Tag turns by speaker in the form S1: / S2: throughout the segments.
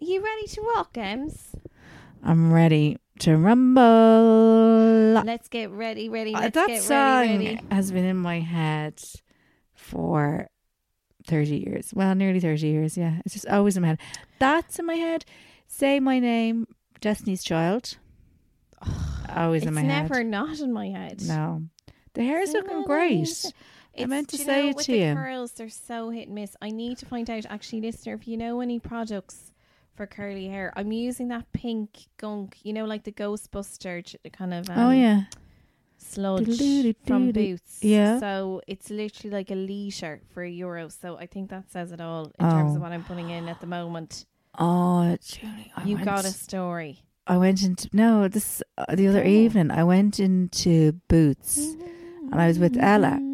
S1: You ready to rock, Ems?
S2: I'm ready to rumble.
S1: Let's get ready, ready.
S2: Uh,
S1: Let's
S2: that
S1: get
S2: song
S1: ready, ready.
S2: has been in my head for 30 years. Well, nearly 30 years. Yeah. It's just always in my head. That's in my head. Say my name, Destiny's Child. Always
S1: It's
S2: in my
S1: never
S2: head.
S1: not in my head.
S2: No. The hair is
S1: Say
S2: looking
S1: my
S2: great.
S1: name's-
S2: I meant to
S1: do you
S2: say
S1: know,
S2: it
S1: with
S2: to
S1: the
S2: you.
S1: Curls, they're so hit and miss. I need to find out, actually, listener, if you know any products for curly hair. I'm using that pink gunk, you know, like the Ghostbuster j- kind of um,
S2: oh, yeah.
S1: sludge
S2: Do-do-do-do-do.
S1: from Boots.
S2: Yeah.
S1: So it's literally like a liter for a euro. So I think that says it all in
S2: Oh.
S1: terms of what I'm putting in at the moment.
S2: Oh, Julie. I
S1: you
S2: went-
S1: got a story.
S2: I went into no this uh, the other evening. I went into Boots, and I was with Ella.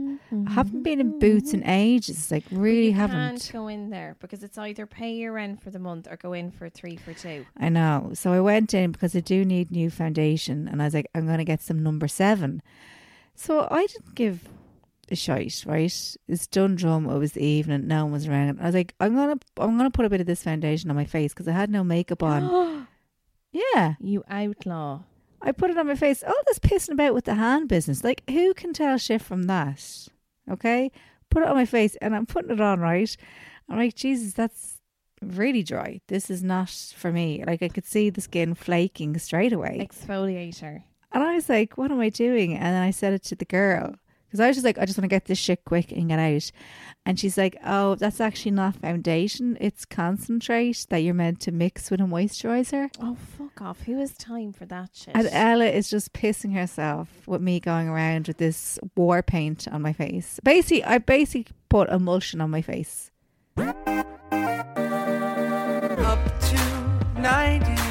S2: I haven't been in Boots in ages. Like really haven't.
S1: Can't go in there because it's either pay your rent for the month or go in for three for two.
S2: I know. So I went in because I do need new foundation, and I was like, I'm going to get some number seven. So I didn't give a shite. Right? It's Dundrum. It was the evening. No one was around. I was like, I'm gonna I'm gonna put a bit of this foundation on my face because I had no makeup on. yeah.
S1: You outlaw.
S2: I put it on my face. All this pissing about with the hand business. Like, who can tell shit from that? Okay? Put it on my face and I'm putting it on, right? I'm like, Jesus, that's really dry. This is not for me. Like, I could see the skin flaking straight away.
S1: Exfoliator.
S2: and I was like, what am I doing? And then I said it to the girl. Because I was just like, I just want to get this shit quick and get out. And she's like, oh, that's actually not foundation. It's concentrate that you're meant to mix with a moisturizer.
S1: Oh fuck off. Who has time for that shit?
S2: And Ella is just pissing herself with me going around with this war paint on my face. Basically, I basically put emulsion on my face.
S3: Up to 90,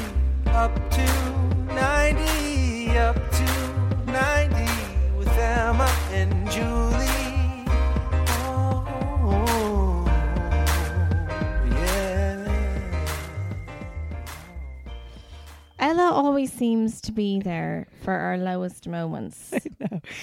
S3: up to 90, up to 90 with Emma and Julie. Oh, yeah.
S1: Ella always seems to be there for our lowest moments.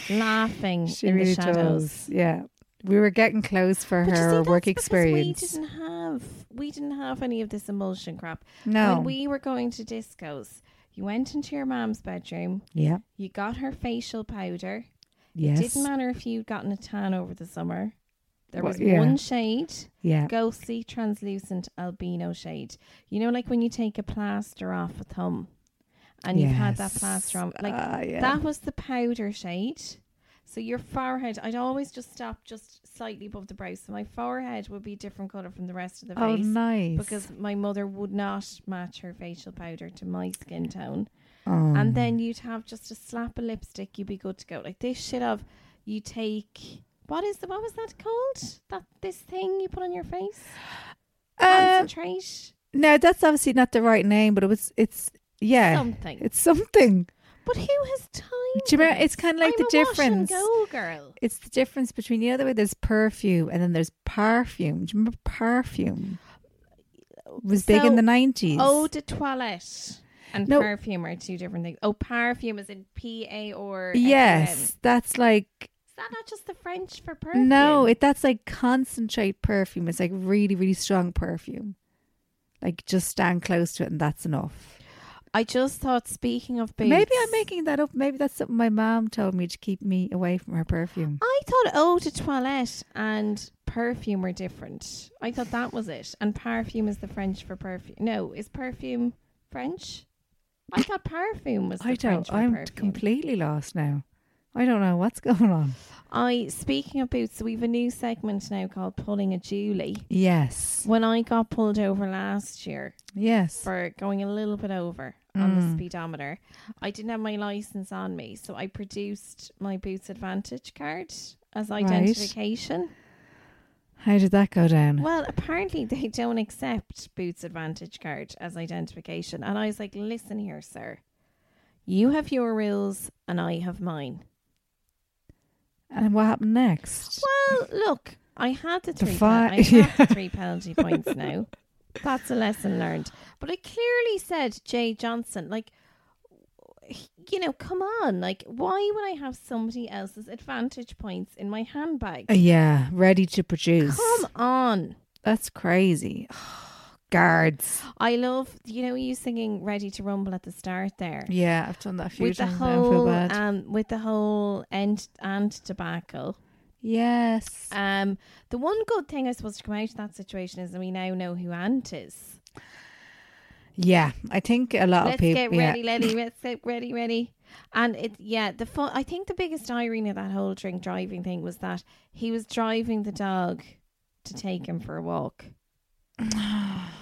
S1: Laughing in the shadows.
S2: does. Yeah. We were getting close for
S1: But you see,
S2: her
S1: that's
S2: work
S1: because
S2: experience.
S1: We didn't have we didn't have any of this emulsion crap.
S2: No.
S1: When we were going to discos, you went into your mom's bedroom,
S2: yeah.
S1: you got her facial powder.
S2: Yes.
S1: It didn't matter if you'd gotten a tan over the summer. There
S2: Well,
S1: was
S2: yeah.
S1: one shade,
S2: Yeah.
S1: ghostly, translucent albino shade. You know, like when you take a plaster off a thumb and you've had that
S2: Yes.
S1: plaster on. Like
S2: Ah, yeah.
S1: that was the powder shade. So your forehead, I'd always just stop just slightly above the brow. So my forehead would be a different colour from the rest of the
S2: Oh,
S1: face.
S2: nice.
S1: Because my mother would not match her facial powder to my skin tone.
S2: Oh.
S1: And then you'd have just a slap of lipstick, you'd be good to go. Like this shit of you take what is the what was that called? That this thing you put on your face?
S2: Uh,
S1: Concentrate.
S2: no, that's obviously not the right name, but it was. It's yeah.
S1: Something.
S2: It's something.
S1: But who has time?
S2: Do you
S1: for
S2: remember-
S1: this?
S2: it's kinda like
S1: I'm
S2: the
S1: a wash and
S2: difference.
S1: Go girl.
S2: It's the difference between the other way. There's perfume, and then there's perfume. Do you remember perfume? It was big in
S1: Uh, So,
S2: the nineties.
S1: Eau de toilette and
S2: No.
S1: perfume are two different things. Oh, perfume is in P A or
S2: Yes, that's like
S1: Is that not just the French for perfume?
S2: no, it that's like concentrate perfume. It's like really, really strong perfume. Like just stand close to it, and that's enough.
S1: I just thought, speaking of boots,
S2: Maybe I'm making that up. Maybe that's something my mom told me to keep me away from her perfume.
S1: I thought eau de toilette and perfume were different. I thought that was it. And perfume is the French for perfume. No, is perfume French? I thought perfume was the
S2: I don't.
S1: French for
S2: I'm
S1: perfume.
S2: completely lost now. I don't know what's going on.
S1: I speaking of boots, we have a new segment now called Pulling a Julie.
S2: Yes.
S1: When I got pulled over last year
S2: Yes.
S1: for going a little bit over
S2: Mm.
S1: on the speedometer, I didn't have my license on me, so I produced my boots advantage card as identification.
S2: How did that go down?
S1: Well, apparently they don't accept Boots Advantage card as identification. And I was like, listen here, sir. You have your rules and I have mine.
S2: And what happened next?
S1: Well, look, I had the three,
S2: fi-
S1: pe- I have the three penalty points now. That's a lesson learned. But I clearly said, Jay Johnson, like, you know, come on. Like, why would I have somebody else's advantage points in my handbag?
S2: Uh, yeah, ready to produce.
S1: Come on.
S2: That's crazy. Guards.
S1: I love, you know, you singing Ready to Rumble at the start there.
S2: Yeah, I've done that a few
S1: with the
S2: times. now, I feel
S1: whole
S2: bad.
S1: um with the whole end and tobacco.
S2: yes.
S1: Um, the one good thing I suppose to come out of that situation is that we now know who Ant is.
S2: yeah, I think a lot
S1: Let's
S2: of people.
S1: get
S2: Oh, yeah.
S1: ready, Letty. Let's get ready, ready. And it, yeah, the fun. I think the biggest irony of that whole drink driving thing was that he was driving the dog to take him for a walk.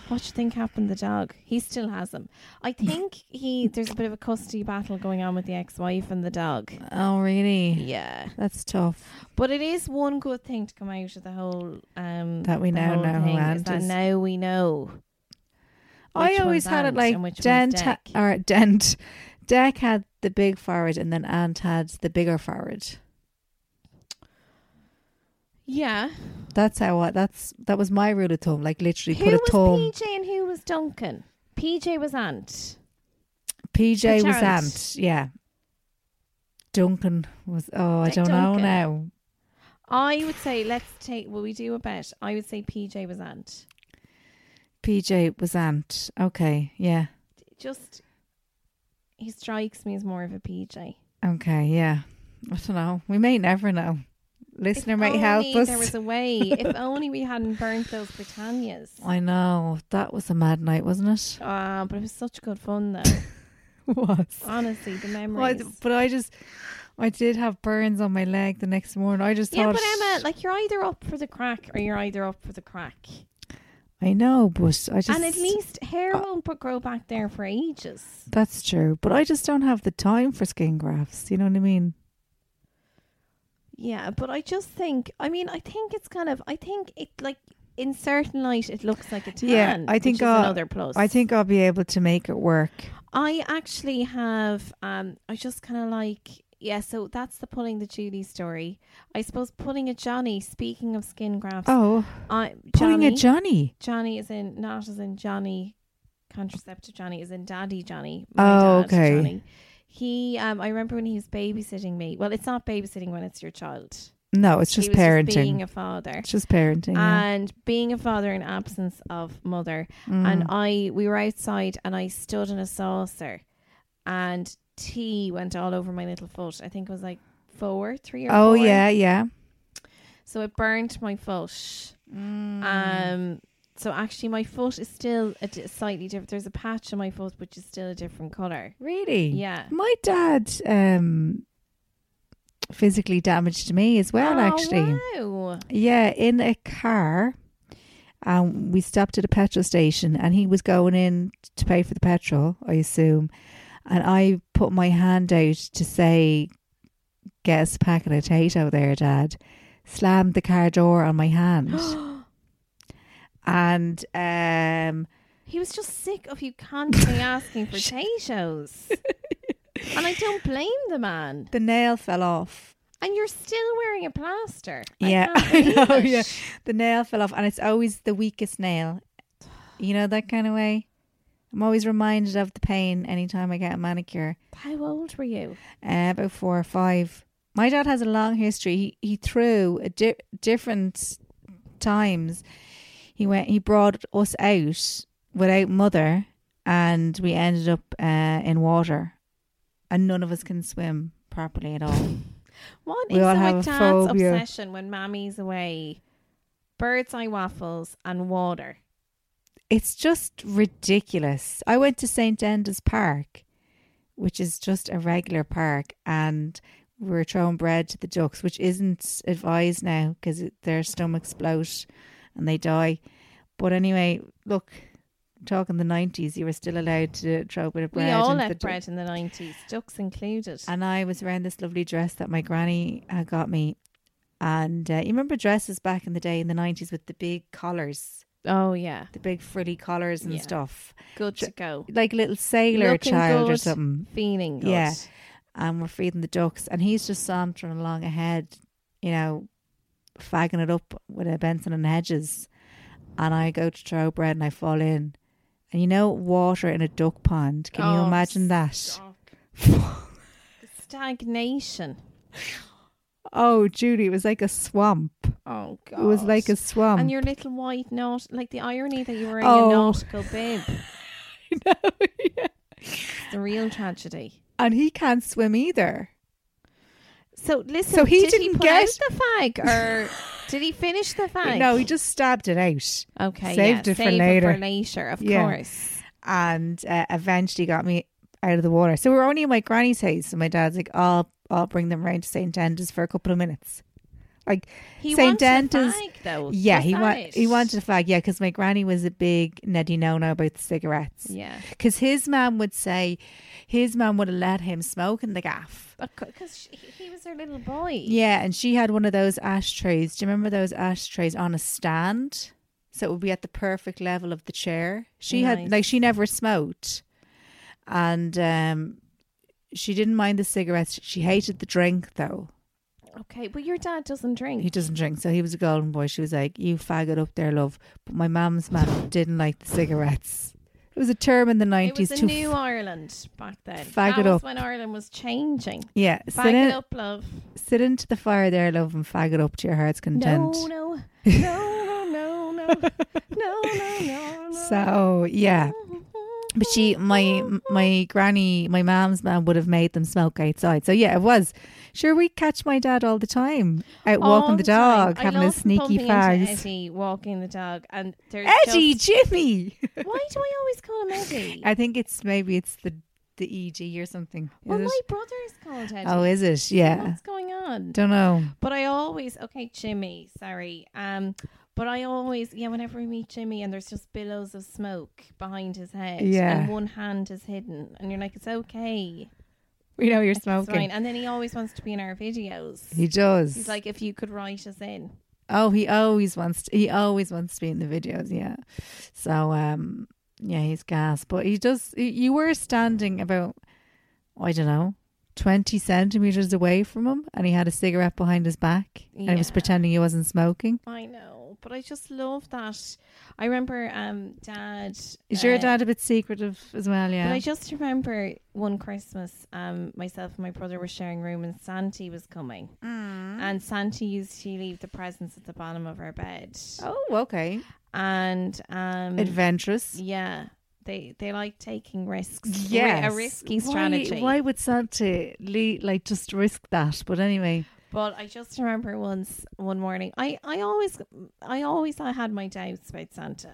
S1: what do you think happened to the dog? He still has him. I think he. There's a bit of a custody battle going on with the ex-wife and the dog.
S2: Oh, really?
S1: Yeah.
S2: That's tough.
S1: But it is one good thing to come out of the whole um
S2: That we
S1: the
S2: now
S1: whole
S2: know who
S1: thing is
S2: Ant
S1: that
S2: is.
S1: now we know.
S2: I
S1: Which
S2: always
S1: one's
S2: had it
S1: Ant
S2: like
S1: and which one's
S2: Dent ha-
S1: Dec?
S2: or Dent. Deck had the big forehead, and then Ant had the bigger forehead.
S1: Yeah.
S2: That's how I. That's that was my rule of thumb. Like literally,
S1: who
S2: put a
S1: was
S2: thumb.
S1: PJ and who was Duncan? PJ was Ant.
S2: PJ was
S1: Pachant.
S2: Ant. Yeah. Duncan was. Oh, I
S1: Dick
S2: don't know
S1: Duncan.
S2: now.
S1: I would say let's take will we do a bet? I would say PJ was Ant.
S2: PJ was Ant. Okay. Yeah.
S1: Just he strikes me as more of a PJ.
S2: Okay. Yeah. I don't know. We may never know. Listener
S1: if
S2: might help
S1: only
S2: us.
S1: There was a way. if only we hadn't burnt those Britannias.
S2: I know that was a mad night, wasn't it?
S1: Ah, but it was such good fun though.
S2: was.
S1: Honestly, the
S2: Well, I-
S1: memories.
S2: but I just, I did have burns on my leg the next morning. I just
S1: Yeah,
S2: thought,
S1: but Emma, like you're either up for the crack or you're either up for the crack.
S2: I know, but I just,
S1: and at least hair won't but grow back there for ages.
S2: that's true. But I just don't have the time for skin grafts. You know what I mean?
S1: Yeah, but I just think, I mean, I think it's kind of, I think it like in certain light, it looks like a tan.
S2: yeah, I
S1: which
S2: think
S1: is
S2: I'll,
S1: another plus.
S2: I think I'll be able to make it work.
S1: I actually have. Um, I just kind of like. Yeah, so that's the pulling the Julie story. I suppose pulling a Johnny. Speaking of skin grafts,
S2: Oh,
S1: I,
S2: pulling a
S1: Johnny-
S2: Johnny.
S1: Johnny is in not as in Johnny contraceptive Johnny is in Daddy Johnny.
S2: Oh,
S1: my dad,
S2: okay.
S1: Johnny. He um I remember when he was babysitting me. Well, it's not babysitting when it's your child.
S2: No, it's
S1: he
S2: just
S1: was
S2: parenting.
S1: Just being a Uh, father.
S2: it's just parenting. yeah.
S1: And being a father in absence of mother.
S2: Mm.
S1: And I we were outside and I stood in a saucer and tea went all over my little foot. I think it was like four, three or
S2: oh
S1: four.
S2: yeah, yeah.
S1: So it burnt my foot.
S2: Mm.
S1: Um. So actually, my foot is still a di- slightly different. There's a patch on my foot which is still a different color.
S2: Really?
S1: Yeah.
S2: My dad um physically damaged me as
S1: Oh,
S2: well. actually.
S1: wow.
S2: Yeah, in a car. Um, we stopped at a petrol station and he was going in to pay for the petrol, I assume. And I put my hand out to say, Get us a packet of potato there, Dad. Slammed the car door on my hand. and um,
S1: He was just sick of you constantly asking for potatoes. and I don't blame the man.
S2: the nail fell off.
S1: And you're still wearing a plaster. I
S2: yeah,
S1: can't believe
S2: I know.
S1: it.
S2: Yeah, the nail fell off, and it's always the weakest nail. You know that kind of way. I'm always reminded of the pain anytime I get a manicure.
S1: How old were you?
S2: Uh, about four or five. My dad has a long history. He he threw a di- different times. He went. He brought us out without mother, and we ended up uh, in water, and none of us can swim properly at all.
S1: What
S2: We
S1: is
S2: all
S1: our
S2: have a
S1: dad's
S2: phobia.
S1: obsession when mammy's away? Bird's eye waffles and water.
S2: it's just ridiculous. I went to St. Enda's Park, which is just a regular park, and we were throwing bread to the ducks, which isn't advised now because their stomachs bloat and they die. But anyway, look, talking the 90s, you were still allowed to throw a bit of bread.
S1: we all
S2: into the
S1: ate
S2: du-
S1: bread in the 90s, ducks included.
S2: and I was wearing this lovely dress that my granny uh, got me. And uh, you remember dresses back in the day in the 90s with the big collars,
S1: oh, yeah.
S2: the big frilly collars and
S1: Yeah.
S2: stuff
S1: Good to go.
S2: like a little sailor
S1: Looking
S2: child or
S1: good,
S2: something.
S1: Feeling good.
S2: Yeah. And we're feeding the ducks, and he's just sauntering along ahead, you know, fagging it up with a Benson and Hedges. And I go to throw bread and I fall in. And you know, water in a duck pond. Can you
S1: Oh,
S2: imagine that?
S1: Stagnation.
S2: Oh, Judy, it was like a swamp.
S1: Oh, God.
S2: It was like a swamp.
S1: And your little white knot, like the irony that you were in
S2: Oh.
S1: a nautical bib. The real tragedy.
S2: and he can't swim either.
S1: So listen,
S2: So he
S1: did he
S2: didn't
S1: put
S2: get-
S1: out the fag or did he finish the fag?
S2: No, he just stabbed it out.
S1: Okay,
S2: saved
S1: yeah,
S2: it for
S1: save
S2: later.
S1: It for later, of
S2: Yeah.
S1: course.
S2: and uh, eventually got me out of the water. So we were only in my granny's house, and my dad's like, "I'll I'll bring them round to Saint Enda's for a couple of minutes." Like
S1: He
S2: Saint
S1: wanted a
S2: Enda's,
S1: fag, though.
S2: yeah,
S1: Was
S2: he
S1: that
S2: wa-
S1: it?
S2: he wanted a fag, yeah, because my granny was a big neddy no no about the cigarettes.
S1: Yeah,
S2: because his mum would say his mum would have let him smoke in the gaff.
S1: because he was her little boy.
S2: Yeah, and she had one of those ashtrays. Do you remember those ashtrays on a stand? So it would be at the perfect level of the chair. She had
S1: Nice.
S2: like she never smoked. And um she didn't mind the cigarettes. She hated the drink though.
S1: Okay, but your dad doesn't drink.
S2: He doesn't drink, so he was a golden boy. She was like, You faggot up there, love. But my mum's mum didn't like the cigarettes. It was a term in the
S1: it was
S2: nineties
S1: a
S2: to
S1: new Ireland back then.
S2: fag
S1: that
S2: it
S1: was
S2: up.
S1: when Ireland was changing.
S2: Yeah.
S1: Fag
S2: Sit,
S1: it
S2: in,
S1: up, love.
S2: sit into the fire there, love, and fag it up to your heart's content.
S1: No, no, no, no, no, no, no, no, no, no.
S2: So yeah. But she, my my granny, my mom's mum would have made them smoke outside. So yeah, it was. Sure, we catch my dad all the time out walking
S1: All
S2: the
S1: time.
S2: dog,
S1: I
S2: having
S1: love
S2: his sneaky
S1: bumping into
S2: fags.
S1: Eddie walking the dog, and there's
S2: Eddie,
S1: just-
S2: Jimmy.
S1: why do I always call him Eddie?
S2: I think it's maybe it's the the EG or something. Is
S1: well,
S2: it?
S1: my brother is called Eddie.
S2: oh, is it? Yeah.
S1: What's going on?
S2: Don't know.
S1: But I always okay, Jimmy. Sorry. Um, but I always yeah. Whenever we meet Jimmy, and there's just billows of smoke behind his head,
S2: Yeah.
S1: and one hand is hidden, and you're like, it's okay,
S2: We know you're
S1: it's fine.
S2: smoking.
S1: And then he always wants to be in our videos.
S2: He does.
S1: He's like, if you could write us in.
S2: Oh, he always wants to, he always wants to be in the videos, yeah. So um yeah, he's gas, but he does y- you were standing about oh, I don't know, 20 centimeters away from him and he had a cigarette behind his back and he was
S1: Yeah.
S2: pretending he wasn't smoking.
S1: I know, but I just love that. I remember, um, Dad.
S2: Is your
S1: uh,
S2: dad a bit secretive as well,
S1: But
S2: yeah?
S1: I just remember one Christmas, um, myself and my brother were sharing room, and Santi was coming.
S2: Mm.
S1: And Santi used to leave the presents at the bottom of our bed.
S2: oh, okay.
S1: And um,
S2: Mm. Adventurous.
S1: yeah, they they like taking risks. Ri-
S2: Yeah,
S1: a risky strategy.
S2: Why, would Santa le- like just risk that? But anyway,
S1: But I just remember once one morning, I I always I always I had my doubts about Santa.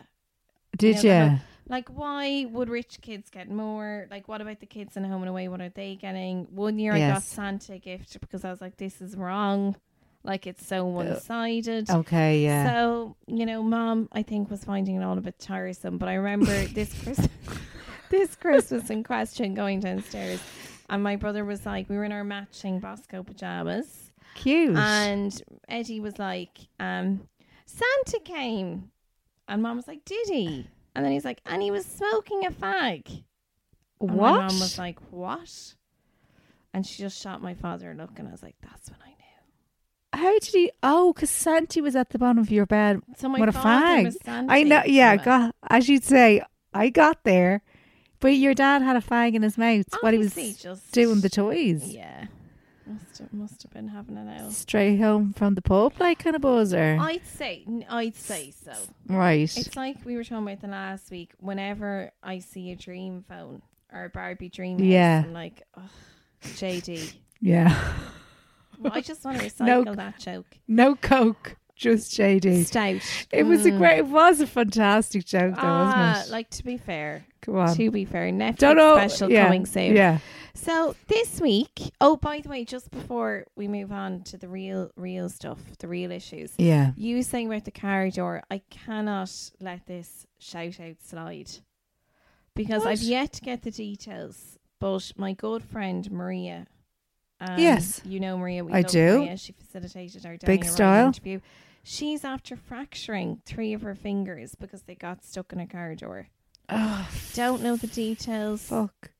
S2: did
S1: know, the
S2: ya?
S1: whole- Like, why would rich kids get more? Like, what about the kids in home and away? What are they getting? One year I got
S2: Yes.
S1: Santa a gift because I was like, this is wrong. Like, it's so one sided.
S2: Uh, Okay, yeah.
S1: So, you know, mom, I think, was finding it all a bit tiresome. But I remember this Christmas, this Christmas in question going downstairs. And my brother was like, we were in our matching Bosco pajamas.
S2: Cute.
S1: And Eddie was like, um, Santa came. And mom was like, Did he? And then he's like, And he was smoking a fag.
S2: what?
S1: And my mom was like, What? And she just shot my father a look. And I was like, That's when I knew.
S2: How did he? Oh, because Santi was at the bottom of your bed.
S1: So my
S2: what a
S1: father
S2: fag!
S1: was Santi.
S2: I know. Yeah,
S1: Come
S2: got as you'd say. I got there, but your dad had a fag in his mouth while he was
S1: Obviously, just-
S2: doing the toys.
S1: Yeah. Must have, must have been having an out.
S2: Straight home from the pub, like kind of buzzer.
S1: I'd say, I'd say so.
S2: right.
S1: It's like we were talking about the last week. Whenever I see a dream phone or a Barbie dream,
S2: Yeah.
S1: house, I'm like, oh, JD.
S2: yeah.
S1: Well, I just want to
S2: No.
S1: recycle that joke.
S2: No Coke, just JD.
S1: Stout.
S2: It was a great, it was a fantastic joke, though,
S1: Mm. Ah,
S2: wasn't it?
S1: like to be fair,
S2: Come on.
S1: to be fair, Netflix
S2: Don't know.
S1: special
S2: yeah,
S1: coming soon.
S2: Yeah.
S1: So this week, oh by the way, just before we move on to the real, real stuff, the real issues.
S2: Yeah.
S1: You saying about the car door, I cannot let this shout out slide because I've yet to get the details. But my good friend Maria, um,
S2: Yes.
S1: you know Maria, we
S2: I
S1: love
S2: do.
S1: Maria. She facilitated our
S2: Big
S1: Daniel Ryan
S2: style.
S1: interview. She's after fracturing three of her fingers because they got stuck in a car door.
S2: Oh,
S1: Don't know the details. Uh,
S2: fuck.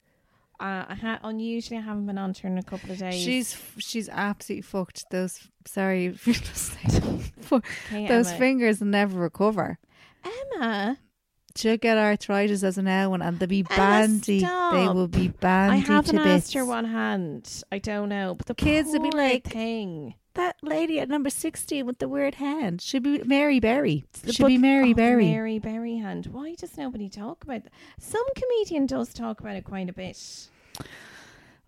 S1: I ha- unusually I haven't been on to her in a couple of days.
S2: She's f- she's absolutely fucked. Those sorry, for saying- for-
S1: Okay,
S2: those
S1: Emma.
S2: fingers will never recover.
S1: Emma.
S2: She'll get arthritis as an L one, and they'll be
S1: Emma,
S2: bandy. They
S1: stop.
S2: will be
S1: I
S2: bandy
S1: haven't
S2: to bits.
S1: asked her one hand. I don't know, but the
S2: Kids
S1: poor
S2: would be like-
S1: thing.
S2: That lady at number sixteen with the weird hand should be Mary Berry.
S1: The
S2: Should be
S1: book- oh,
S2: Mary
S1: the
S2: Berry.
S1: Mary Berry hand. Why does nobody talk about that? Some comedian does talk about it quite a bit.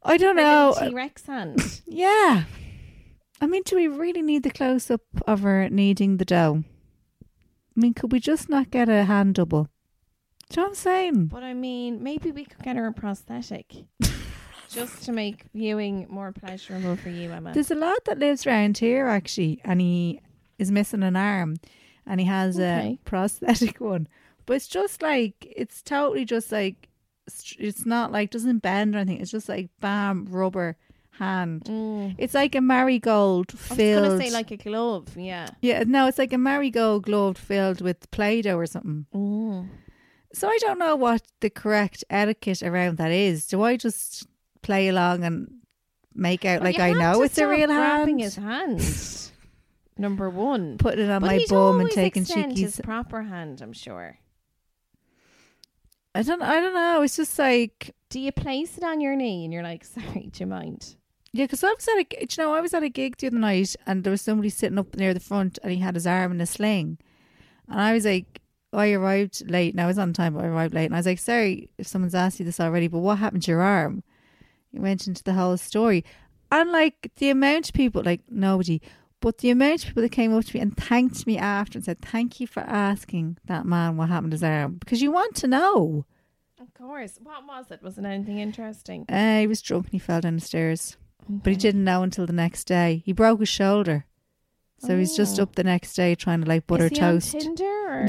S2: I don't know.
S1: T Rex hand.
S2: Yeah. I mean, do we really need the close up of her needing the dough? I mean, could we just not get a hand double? Do you know what I'm saying?
S1: but I mean, maybe we could get her a prosthetic, just to make viewing more pleasurable for you, Emma.
S2: There's a lad that lives around here actually, and he is missing an arm, and he has
S1: Okay.
S2: a prosthetic one. But it's just like it's totally just like str- it's not like doesn't bend or anything. It's just like bam rubber hand. It's like a marigold
S1: Mm. I was
S2: filled.
S1: going to say like a glove. Yeah.
S2: Yeah, no, it's like a marigold glove filled with Play Doh or something.
S1: Mm.
S2: So I don't know what the correct etiquette around that is. Do I just play along and make out like
S1: You
S2: I
S1: have
S2: know
S1: to
S2: it's a
S1: stop
S2: real
S1: grabbing
S2: hand?
S1: his hand. Number one.
S2: Putting it on
S1: But
S2: my
S1: he'd
S2: bum and
S1: always
S2: taking
S1: extend
S2: cheekies.
S1: His proper hand, I'm sure.
S2: I don't I don't know. It's just like
S1: Do you place it on your knee and you're like, sorry, do you mind?
S2: yeah, because I was at a g- do you know I was at a gig the other night and there was somebody sitting up near the front and he had his arm in a sling, and I was like, I arrived late. and I was on time, but I arrived late, and I was like, sorry if someone's asked you this already, but what happened to your arm? You went into the whole story, and like the amount of people, like nobody, but the amount of people that came up to me and thanked me after and said, thank you for asking that man what happened to his arm because you want to know.
S1: Of course. What was it? Wasn't anything interesting?
S2: Uh, he was drunk and he fell down the stairs.
S1: Oh,
S2: But he didn't know until the next day. He broke his shoulder. So he's just up the next day trying to like butter
S1: Oh. Is he
S2: toast.
S1: On Tinder or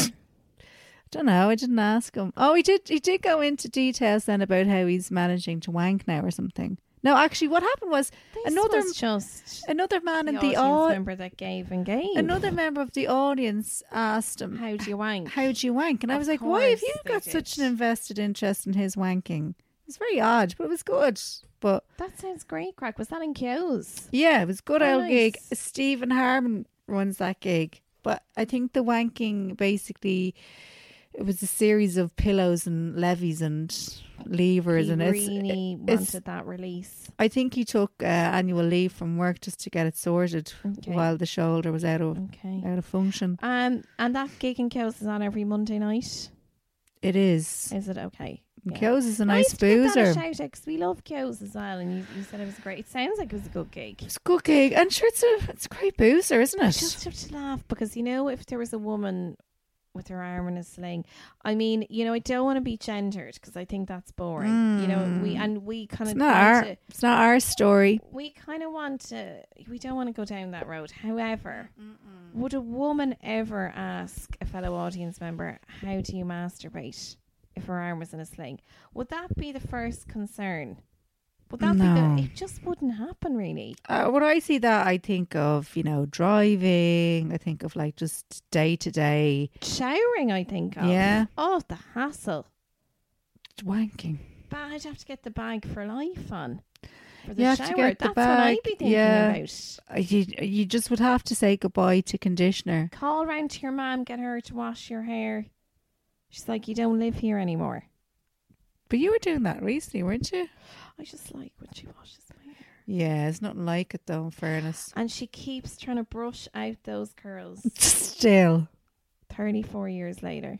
S2: Don't know, I didn't ask him. Oh, he did he did go into details then about how he's managing to wank now or something. No, actually what happened was
S1: This
S2: another
S1: was just
S2: another man
S1: the,
S2: in the
S1: audience
S2: au-
S1: member that gave and gave.
S2: another member of the audience asked him
S1: How do you wank?
S2: how do you wank? And I
S1: Of
S2: was like, why have
S1: course
S2: you
S1: they
S2: got
S1: did.
S2: such an invested interest in his wanking? It's very odd, but it was good. But
S1: that sounds great, crack. Was that in Kyo's?
S2: Yeah, it was a good
S1: Oh,
S2: old gig.
S1: nice.
S2: Stephen Harmon runs that gig. But I think the wanking basically it was a series of pillows and levies and levers
S1: He
S2: and it's,
S1: really
S2: it's-
S1: wanted that release.
S2: I think he took uh, annual leave from work just to get it sorted
S1: Okay.
S2: while the shoulder was out of
S1: Okay.
S2: out of function.
S1: Um, and that gig in Kyo's is on every Monday night.
S2: It is.
S1: Is it okay? Yeah.
S2: Kyo's is a nice,
S1: to give that a
S2: boozer.
S1: shout out 'cause we love Kyo's as well, and you, you said it was great. It sounds like it was a good gig.
S2: It's a good gig. And sure it's a it's a great boozer, isn't
S1: I
S2: it?
S1: just have to laugh because you know if there was a woman with her arm in a sling, I mean, you know, I don't want to be gendered because I think that's boring. You know, we and we kind
S2: Mm. it's
S1: of
S2: not our
S1: want to,
S2: it's not our story.
S1: we kind of want to we don't want to go down that road. However, would a woman ever ask a fellow audience member how do you masturbate if her arm was in a sling? Would that be the first concern? Would that
S2: No.
S1: be the, it? Just wouldn't happen, really.
S2: Uh, when I see that, I think of you know driving. I think of like just day to day
S1: Showering, I think. Of.
S2: Yeah.
S1: Oh, the hassle.
S2: wanking.
S1: But I'd have to get the bag for life on. For the
S2: You have to
S1: shower.
S2: get the
S1: That's what
S2: bag,
S1: I'd be thinking
S2: yeah.
S1: about.
S2: Uh, You, you just would have to say goodbye to conditioner.
S1: Call round to your mum, get her to wash your hair. She's like, You don't live here anymore.
S2: But you were doing that recently, weren't you?
S1: I just like when she washes my hair.
S2: Yeah, it's nothing like it though. In fairness,
S1: And she keeps trying to brush out those curls
S2: still,
S1: 34 years later.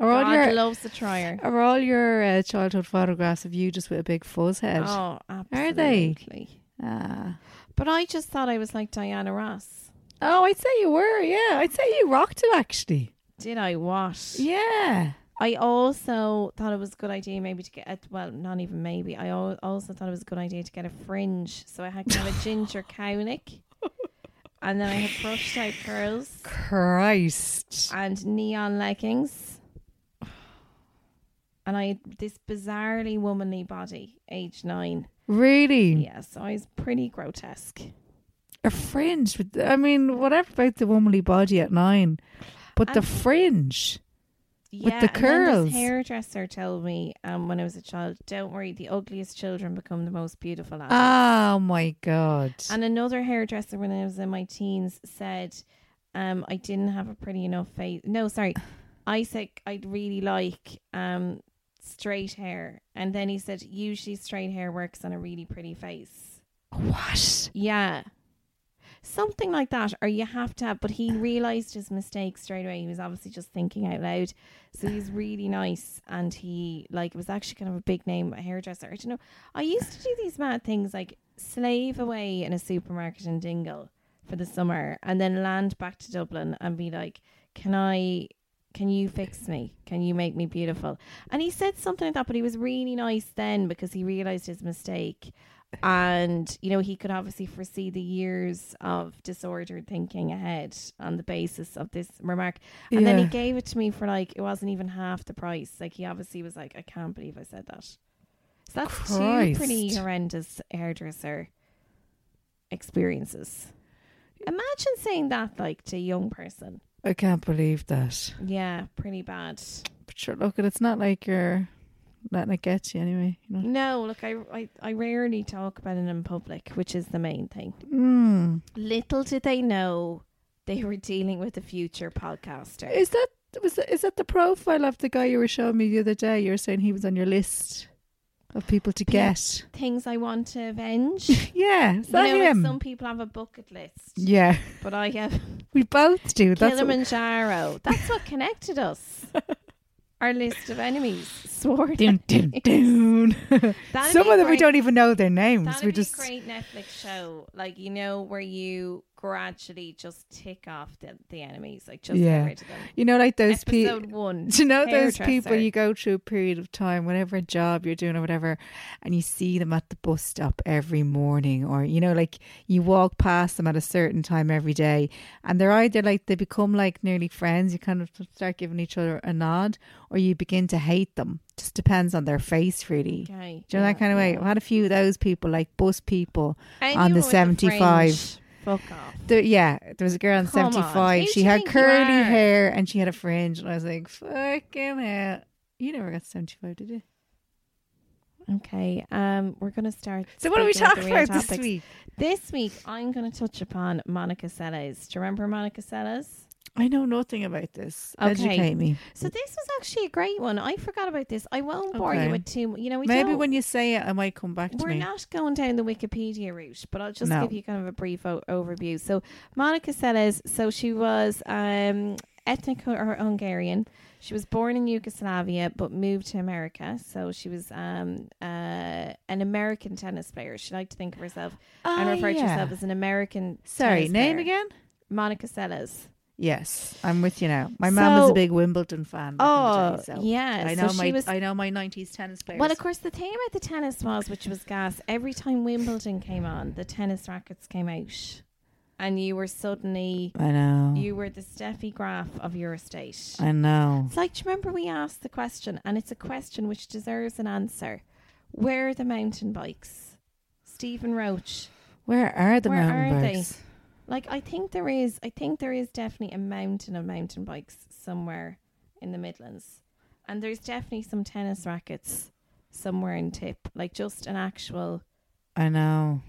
S2: are all
S1: God
S2: your
S1: loves to try her.
S2: are all your uh, childhood photographs of you just with a big fuzz head?
S1: Oh,
S2: Are they?
S1: absolutely.
S2: Ah.
S1: But I just thought I was like Diana Ross.
S2: oh, I'd say you were. Yeah, I'd say you rocked it actually.
S1: Did I what?
S2: Yeah.
S1: I also thought it was a good idea maybe to get a, well, not even maybe. I al- also thought it was a good idea to get a fringe, so I had kind of a ginger cowlick, and then I had brushed out curls
S2: Christ.
S1: and neon leggings, and I had this bizarrely womanly body, age nine.
S2: Really?
S1: Yeah, so I was pretty grotesque.
S2: A fringe. With, I mean, whatever about the womanly body at nine, but the
S1: And-
S2: fringe.
S1: Yeah,
S2: the
S1: and then
S2: curls.
S1: This hairdresser told me um, when I was a child, don't worry, the ugliest children become the most beautiful. After.
S2: Oh my god.
S1: And another hairdresser when I was in my teens said, um, I didn't have a pretty enough face. No, sorry. I said I'd really like um straight hair. And then he said, usually straight hair works on a really pretty face.
S2: what?
S1: Yeah. Something like that, or you have to have, but he realized his mistake straight away. He was obviously just thinking out loud. So he's really nice. And he, like, it was actually kind of a big name a hairdresser. I don't know. I used to do these mad things like slave away in a supermarket in Dingle for the summer and then land back to Dublin and be like, can I. Can you fix me? Can you make me beautiful? And he said something like that, but he was really nice then because he realized his mistake and you know he could obviously foresee the years of disordered thinking ahead on the basis of this remark and then he
S2: Yeah.
S1: gave it to me for like it wasn't even half the price like he obviously was like i can't believe i said that so that's two pretty
S2: Christ.
S1: horrendous hairdresser experiences imagine saying that like to a young person
S2: I can't believe that.
S1: yeah pretty bad
S2: But sure, look, it's not like you're letting it get you anyway. You know.
S1: no look I, I i rarely talk about it in public which is the main thing
S2: Mm.
S1: Little did they know they were dealing with a future podcaster.
S2: Is that was that, is that the profile of the guy you were showing me the other day? You were saying he was on your list of people to get.
S1: Things I want to avenge. you
S2: Yeah, is that
S1: know, like
S2: him?
S1: some people have a bucket list,
S2: yeah,
S1: but I have
S2: we both do. That's what,
S1: Kilimanjaro. That's what connected us. Our list of enemies. Sword.
S2: dun, dun, dun.
S1: That'd
S2: Some
S1: be
S2: of them we
S1: great.
S2: don't even know their names.
S1: That'd
S2: We
S1: be
S2: just
S1: a great Netflix show, like you know, where you gradually just tick off the, the enemies, like just
S2: Yeah.
S1: get rid of them.
S2: you know like those people.
S1: Episode one.
S2: Do you know those people
S1: hairdresser.
S2: you go through a period of time, whatever job you're doing or whatever, and you see them at the bus stop every morning, or you know, like you walk past them at a certain time every day, and they're either like they become like nearly friends, you kind of start giving each other a nod, or you begin to hate them. Just depends on their face, really.
S1: Okay,
S2: Do you know
S1: yeah,
S2: that kind of way?
S1: yeah.
S2: I've had a few of those people, like bus people
S1: Anyone
S2: on the
S1: with
S2: seventy five.
S1: fringe, Fuck off.
S2: There, yeah, there was a girl on
S1: Come on,
S2: 75.
S1: who do
S2: She
S1: you
S2: had
S1: think you
S2: curly
S1: are?
S2: hair and she had a fringe. And I was like, fucking hell. You never got to 75, did you?
S1: Okay, um, we're going to start.
S2: So, what are we
S1: speaking of
S2: talking
S1: the real
S2: about this
S1: topics.
S2: week?
S1: This week, I'm going to touch upon Monica Seles. Do you remember Monica Seles?
S2: I know nothing about this.
S1: Okay.
S2: Educate me.
S1: So this was actually a great one. I forgot about this. I won't bore
S2: Okay.
S1: you with too. mu- You know, we
S2: Maybe
S1: don't-
S2: when you say it, I might come back to
S1: We're
S2: me.
S1: not going down the Wikipedia route, but I'll just
S2: No.
S1: give you kind of a brief o- overview. So, Monica Seles, so she was um, ethnic Hu- or Hungarian. She was born in Yugoslavia but moved to America. So, she was um, uh, an American tennis player. She liked to think of herself and
S2: Ah,
S1: refer to
S2: yeah.
S1: herself as an American.
S2: Sorry,
S1: tennis
S2: name
S1: player.
S2: again?
S1: Monica Seles.
S2: Yes, I'm with you now. My mum was a
S1: So-
S2: big Wimbledon fan. back in the day,
S1: Oh,
S2: so
S1: yeah,
S2: I
S1: so
S2: know
S1: she
S2: my
S1: was-
S2: I know my 90s tennis players.
S1: Well, of course, the thing about the tennis was, which was gas, every time Wimbledon came on, the tennis rackets came out. And you were suddenly
S2: I know.
S1: You were the Steffi Graf of your estate.
S2: I know.
S1: It's like, do you remember we asked the question, and it's a question which deserves an answer. Where are the mountain bikes? Stephen Roach.
S2: Where are the
S1: Where
S2: mountain
S1: are they?
S2: bikes?
S1: Like, I think there is, I think there is definitely a mountain of mountain bikes somewhere in the Midlands. And there's definitely some tennis rackets somewhere in Tip, like just an actual,
S2: I know.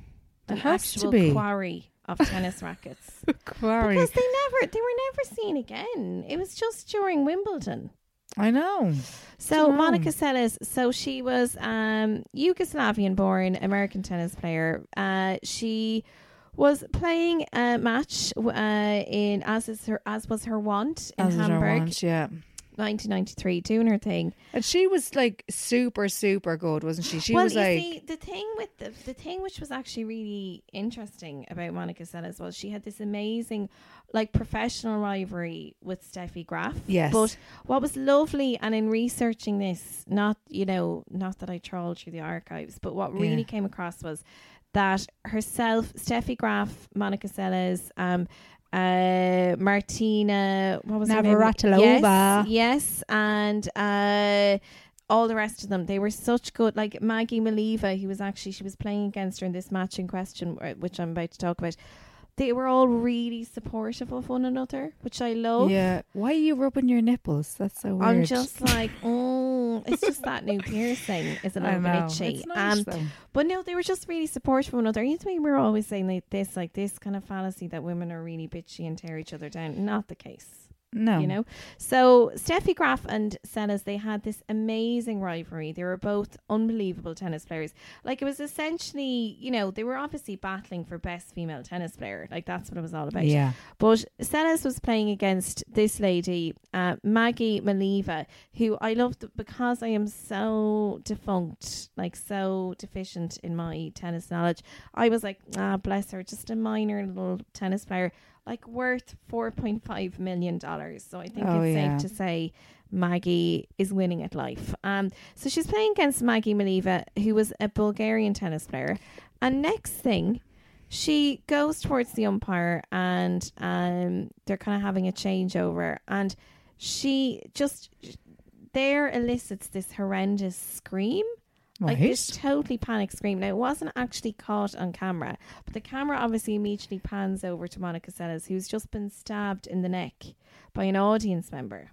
S2: There
S1: an
S2: has to
S1: actual
S2: be.
S1: quarry of tennis rackets.
S2: Quarry.
S1: Because they never, they were never seen again. It was just during Wimbledon.
S2: I know.
S1: So
S2: Wow.
S1: Monica Seles, so she was um Yugoslavian born American tennis player. Uh she was playing a match w- uh, in as is her as was her wont in
S2: As is our
S1: Hamburg,
S2: want, yeah.
S1: 1993, doing her thing.
S2: And she was like super, super good, wasn't she? She
S1: well,
S2: was
S1: you
S2: like,
S1: see, the thing with the the thing which was actually really interesting about Monica Seles was she had this amazing, like professional rivalry with Steffi Graf.
S2: Yes.
S1: But what was lovely, and in researching this, not you know, not that I trawled through the archives, but what really
S2: Yeah.
S1: came across was that herself, Steffi Graf, Monica Seles, um. Uh, Martina, what was her name?
S2: Navratilova.
S1: Yes, yes, and uh, all the rest of them. They were such good. Like Maggie Maliva, who was actually she was playing against her in this match in question, wh- which I'm about to talk about. They were all really supportive of one another, which I love.
S2: yeah. Why are you rubbing your nipples? That's so weird.
S1: oh. I'm just like, oh, it's just that new piercing is a
S2: I
S1: little
S2: know.
S1: bit itchy.
S2: It's nice, though.
S1: but no, they were just really supportive of one another. You know, we were always saying like this, like this kind of fallacy that women are really bitchy and tear each other down. Not the case
S2: no,
S1: you know. So Steffi Graf and Senes, they had this amazing rivalry. They were both unbelievable tennis players. Like it was essentially, you know, they were obviously battling for best female tennis player. Like that's what it was all about.
S2: Yeah.
S1: But Senes was playing against this lady, uh, Maggie Maliva, who I loved because I am so defunct, like so deficient in my tennis knowledge. I was like, ah, bless her, just a minor little tennis player, like worth four point five million dollars. So I think
S2: Oh,
S1: it's
S2: yeah.
S1: safe to to say Maggie is winning at life. Um, so she's playing against Maggie Maliva, who was a Bulgarian tennis player. And next thing, she goes towards the umpire and um, they're kind of having a changeover. And she just there elicits this horrendous scream. Like this
S2: Right.
S1: totally panic scream. Now it wasn't actually caught on camera, but the camera obviously immediately pans over to Monica Seles, who's just been stabbed in the neck by an audience member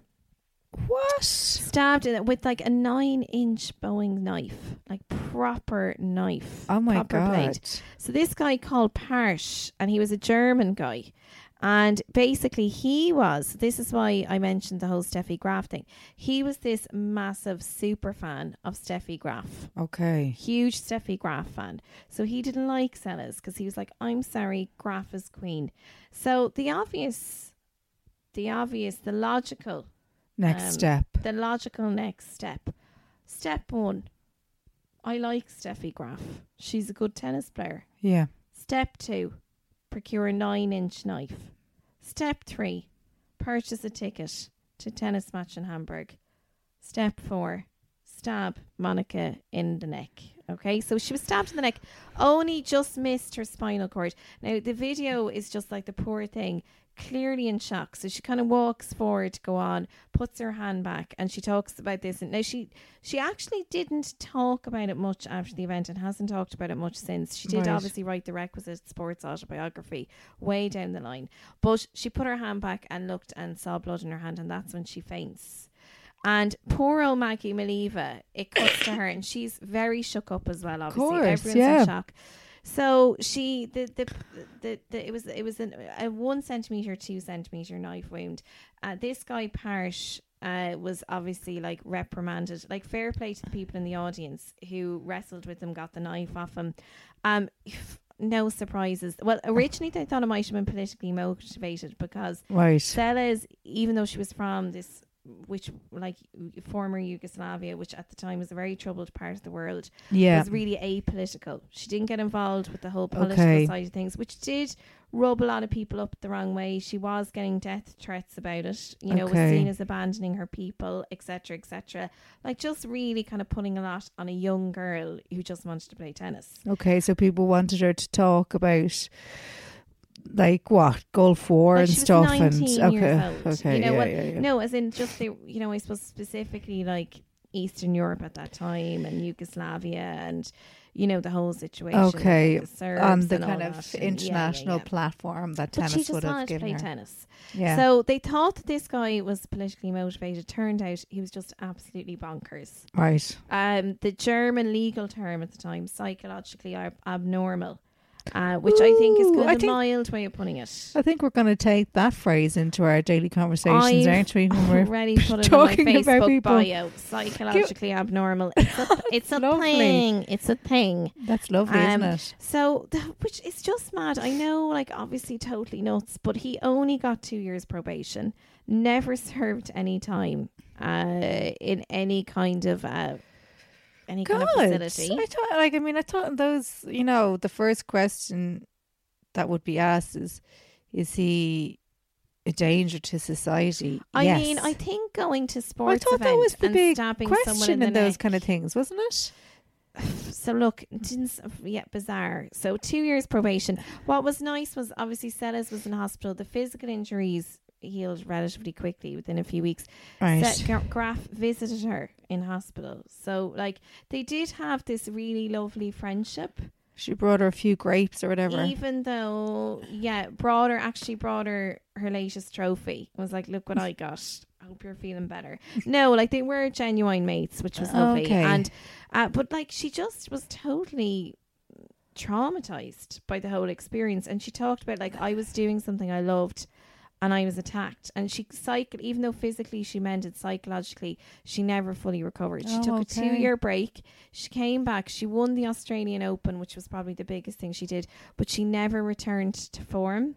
S2: what?
S1: stabbed in it with like a nine inch Boeing knife, like proper knife.
S2: Oh my
S1: proper blade.
S2: God.
S1: So this guy called Parsh, and he was a German guy. And basically, he was. This is why I mentioned the whole Steffi Graf thing. He was this massive super fan of Steffi Graf
S2: Okay.
S1: huge Steffi Graf fan. So he didn't like Sellers because he was like, I'm sorry, Graf is queen. So the obvious, the obvious, the logical
S2: Next
S1: um,
S2: step.
S1: the logical next step. Step one, I like Steffi Graf. She's a good tennis player.
S2: Yeah.
S1: Step two, procure a nine inch knife. Step three, purchase a ticket to tennis match in Hamburg. Step four, stab Monica in the neck. Okay, so she was stabbed in the neck, only just missed her spinal cord. Now, the video is just like the poor thing, clearly in shock. So she kind of walks forward to go on, puts her hand back, and she talks about this. And now she she actually didn't talk about it much after the event and hasn't talked about it much since. She did
S2: Right.
S1: obviously obviously write the requisite sports autobiography way down the line. But she put her hand back and looked and saw blood in her hand, and that's when she faints. And poor old Maggie Maliva, it cuts to her, and she's very shook up as well. Obviously,
S2: course,
S1: everyone's
S2: yeah.
S1: in shock. So she the the, the, the it was it was an, a one centimeter two centimeter knife wound. Uh, this guy Parsh uh, was obviously like reprimanded. Like fair play to the people in the audience who wrestled with him, got the knife off him. Um, no surprises. Well, originally they thought it might have been politically motivated because
S2: Right.
S1: Seles, even though she was from this, which like former Yugoslavia, which at the time was a very troubled part of the world,
S2: Yeah.
S1: was really apolitical. She didn't get involved with the whole political
S2: Okay.
S1: side of things, which did rub a lot of people up the wrong way. She was getting death threats about it. You know, was
S2: Okay.
S1: seen as abandoning her people, etc., etc. Like just really kind of putting a lot on a young girl who just wanted to play tennis.
S2: Okay. So people wanted her to talk about like what Gulf War
S1: Like,
S2: and
S1: she was
S2: stuff,
S1: 19
S2: and
S1: years
S2: okay,
S1: old.
S2: okay,
S1: You know
S2: yeah,
S1: what?
S2: yeah, yeah.
S1: No, as in just the you know I suppose specifically like Eastern Europe at that time and Yugoslavia and you know the whole situation. with
S2: Okay,
S1: the Serbs
S2: on the
S1: and all
S2: kind of
S1: that and- yeah, yeah,
S2: international
S1: yeah.
S2: platform that
S1: But she
S2: tennis would
S1: just
S2: have
S1: wanted to
S2: given
S1: play
S2: her.
S1: tennis.
S2: Yeah.
S1: So they thought that this guy was politically motivated. Turned out he was just absolutely bonkers.
S2: Right.
S1: Um, the German legal term at the time, psychologically ab- abnormal. uh, which I think is
S2: Ooh,
S1: kind
S2: I
S1: of a
S2: think-
S1: mild way of putting it.
S2: I think we're going to take that phrase into our daily conversations,
S1: I've
S2: aren't we? When we're
S1: already put it on my
S2: talking about
S1: Facebook
S2: people.
S1: bio. Psychologically abnormal. It's a, it's a
S2: Lovely.
S1: thing. It's a thing.
S2: That's lovely,
S1: Um,
S2: isn't it?
S1: So, the, which is just mad. I know, like, obviously, totally nuts, but he only got two years probation, never served any time uh, in any kind of uh, any kind of facility.
S2: I thought, like, I mean, I thought in those, you know, the first question that would be asked is, is he a danger to society?
S1: I
S2: Yes.
S1: mean, I think going to
S2: Well, I
S1: sports
S2: thought that was
S1: event
S2: the
S1: and
S2: big
S1: stabbing someone in
S2: question
S1: the
S2: in those
S1: neck-
S2: kind of things, wasn't it?
S1: so look, didn't s- yeah, bizarre. So two years probation. What was nice was obviously Sellers was in hospital. The physical injuries healed relatively quickly within a few weeks.
S2: Right.
S1: Set Gra- Graf visited her in hospital. So like they did have this really lovely friendship.
S2: She brought her a few grapes or whatever.
S1: Even though, yeah, brought her actually brought her her latest trophy. It was like, look what I got. I hope you're feeling better. No, like they were genuine mates, which was lovely.
S2: Okay.
S1: And uh, but like she just was totally traumatized by the whole experience, and she talked about like I was doing something I loved. And I was attacked, and she cycled. Even though physically she mended, psychologically she never fully recovered. She
S2: Oh,
S1: took a
S2: okay.
S1: two-year break. She came back. She won the Australian Open, which was probably the biggest thing she did, but she never returned to form.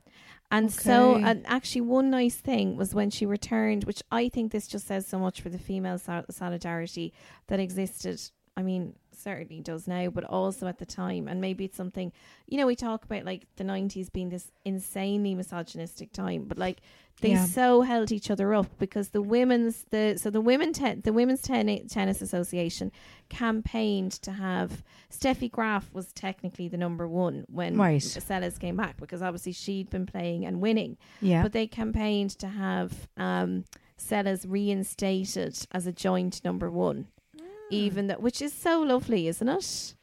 S1: And so,
S2: Okay.
S1: and actually, one nice thing was when she returned, which I think this just says so much for the female sol- solidarity that existed. I mean, certainly does now, but also at the time. And maybe it's something, you know, we talk about like the 90s being this insanely misogynistic time, but like they
S2: Yeah.
S1: so held each other up because the women's the so the women ten, the women's ten, tennis association campaigned to have Steffi Graf was technically the number one when
S2: Right.
S1: Sellers came back because obviously she'd been playing and winning,
S2: yeah.
S1: but they campaigned to have um, Sellers reinstated as a joint number one,
S2: Ah.
S1: even though which is so lovely, isn't it?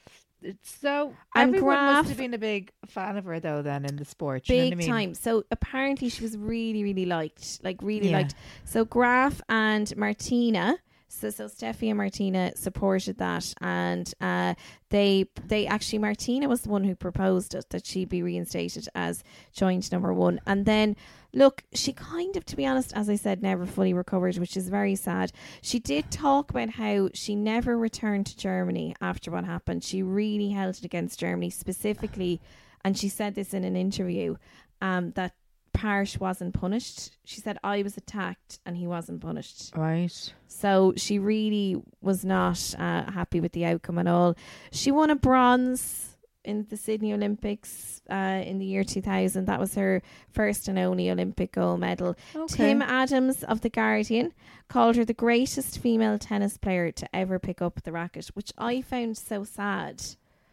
S2: so
S1: and
S2: everyone
S1: Graf-
S2: must have been a big fan of her, though. Then in the sport, you know
S1: big
S2: what I mean?
S1: time. So apparently she was really, really liked, like really
S2: Yeah.
S1: liked. So Graf and Martina. So, so Steffi and Martina supported that, and uh, they they actually Martina was the one who proposed it, that she be reinstated as joint number one, and then look, she kind of, to be honest, as I said, never fully recovered, which is very sad. She did talk about how she never returned to Germany after what happened. She really held it against Germany specifically and she said this in an interview um, that Parish wasn't punished. She said, I was attacked and he wasn't punished.
S2: Right.
S1: So she really was not uh, happy with the outcome at all. She won a bronze in the Sydney Olympics uh, in the year 2000. That was her first and only Olympic gold medal. Tim Adams of The Guardian called her the greatest female tennis player to ever pick up the racket, which I found so sad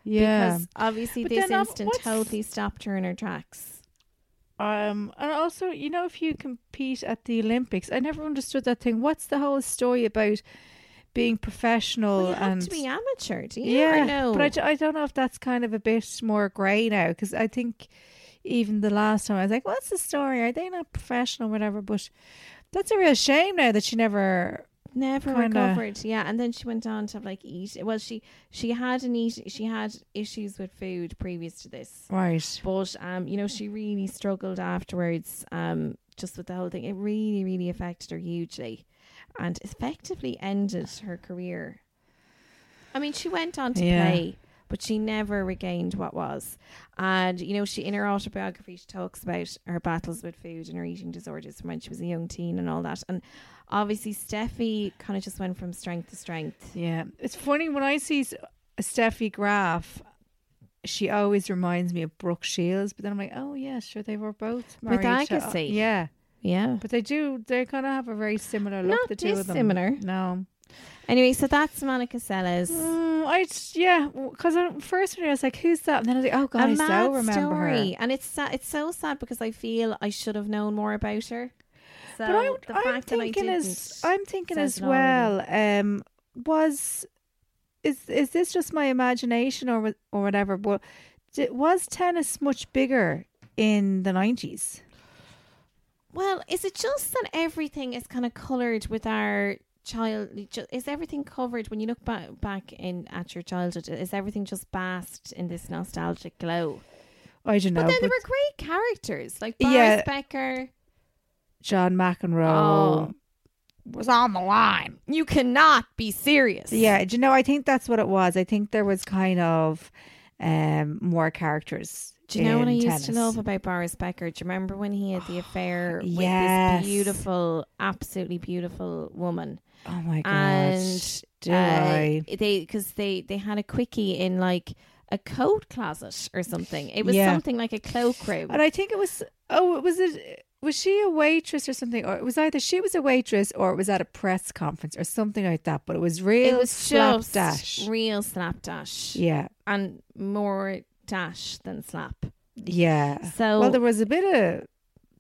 S2: Yeah.
S1: because obviously
S2: But
S1: this
S2: then, um,
S1: instant
S2: what's-
S1: totally stopped her in her tracks.
S2: Um, and also, you know, if you compete at the Olympics, I never understood that thing. What's the whole story about being professional
S1: Well, you have
S2: and
S1: to be amateur, do you?
S2: yeah?
S1: or no?
S2: But I d- I, don't know if that's kind of a bit more grey now because I think even the last time I was like, "What's the story? Are they not professional, whatever?" But that's a real shame now that she never.
S1: never
S2: kinda-
S1: recovered. Yeah, and then she went on to like eat. Well, she she had an eat. She had issues with food previous to this,
S2: Right.
S1: but um, you know, she really struggled afterwards. Um, just with the whole thing, it really, really affected her hugely, and effectively ended her career. I mean, she went on to
S2: Yeah.
S1: play. but she never regained what was. And you know, she in her autobiography she talks about her battles with food and her eating disorders from when she was a young teen and all that. And obviously, Steffi kind of just went from strength to strength.
S2: Yeah, it's funny when I see S- Steffi Graf. She always reminds me of Brooke Shields, but then I'm like, oh yeah, sure they were both
S1: With
S2: married to-
S1: Agassi.
S2: Yeah,
S1: Yeah.
S2: But they do. They kind of have a very similar look.
S1: Not
S2: the two of them.
S1: dissimilar.
S2: No.
S1: Anyway, so that's Monica Seles.
S2: Mm, I just- yeah, because first when I was like, "Who's that?" and then I was like, "Oh God, I so remember her."
S1: and it's sa- it's so sad because I feel I should have known more about her. So
S2: But I,
S1: the
S2: I'm
S1: fact that I
S2: thinking
S1: didn't
S2: as I'm thinking as
S1: says it already.
S2: well. Um, was is is this just my imagination or wa- or whatever? But di- was tennis much bigger in the nineties?
S1: Well, is it just that everything is kind of coloured with our child? ju- Is everything covered when you look back back in at your childhood? Is everything just basked in this nostalgic glow?
S2: I don't know.
S1: but then there
S2: but-
S1: were great characters like Boris
S2: Yeah.
S1: Becker
S2: John McEnroe.
S1: Oh. was on the line. You cannot be serious.
S2: Yeah, do you know? I think that's what it was. I think there was kind of um more characters.
S1: Do you know
S2: in
S1: what I used to
S2: tennis.
S1: love about Boris Becker? Do you remember when he had the affair
S2: Yes.
S1: with this beautiful, absolutely beautiful woman?
S2: Oh my gosh!
S1: And
S2: do
S1: uh,
S2: I?
S1: they because they they had a quickie in like a coat closet or something. It was
S2: Yeah.
S1: something like a cloakroom.
S2: And I think it was oh, it was it was she a waitress or something, or it was either she was a waitress or it was at a press conference or something like that. But it was real
S1: it was
S2: slapdash.
S1: just real slapdash
S2: yeah,
S1: and more dash than slap.
S2: yeah.
S1: So-
S2: well, there was a bit of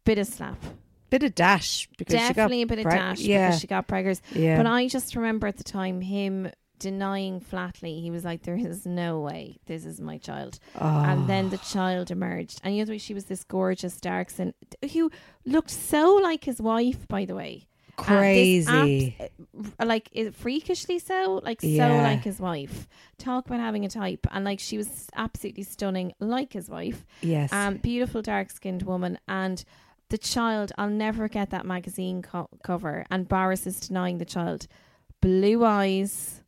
S1: Bit of slap.
S2: bit of dash because
S1: Definitely
S2: she
S1: a
S2: got
S1: bit of
S2: preg-
S1: dash
S2: Yeah,
S1: because she got preggers.
S2: Yeah.
S1: But I just remember at the time him denying flatly. He was like, "There is no way this is my child." And then
S2: Ah.
S1: the child emerged, and the other way she was this gorgeous Darkson who looked so like his wife, by the way. And this
S2: Crazy.
S1: abs- uh, like i- freakishly so, like so
S2: Yeah.
S1: like his wife. Talk about having a type, and like she was absolutely stunning, like his wife.
S2: Yes.
S1: um, beautiful dark skinned woman, and the child. I'll never get that magazine co- cover, and Boris is denying the child. Blue eyes,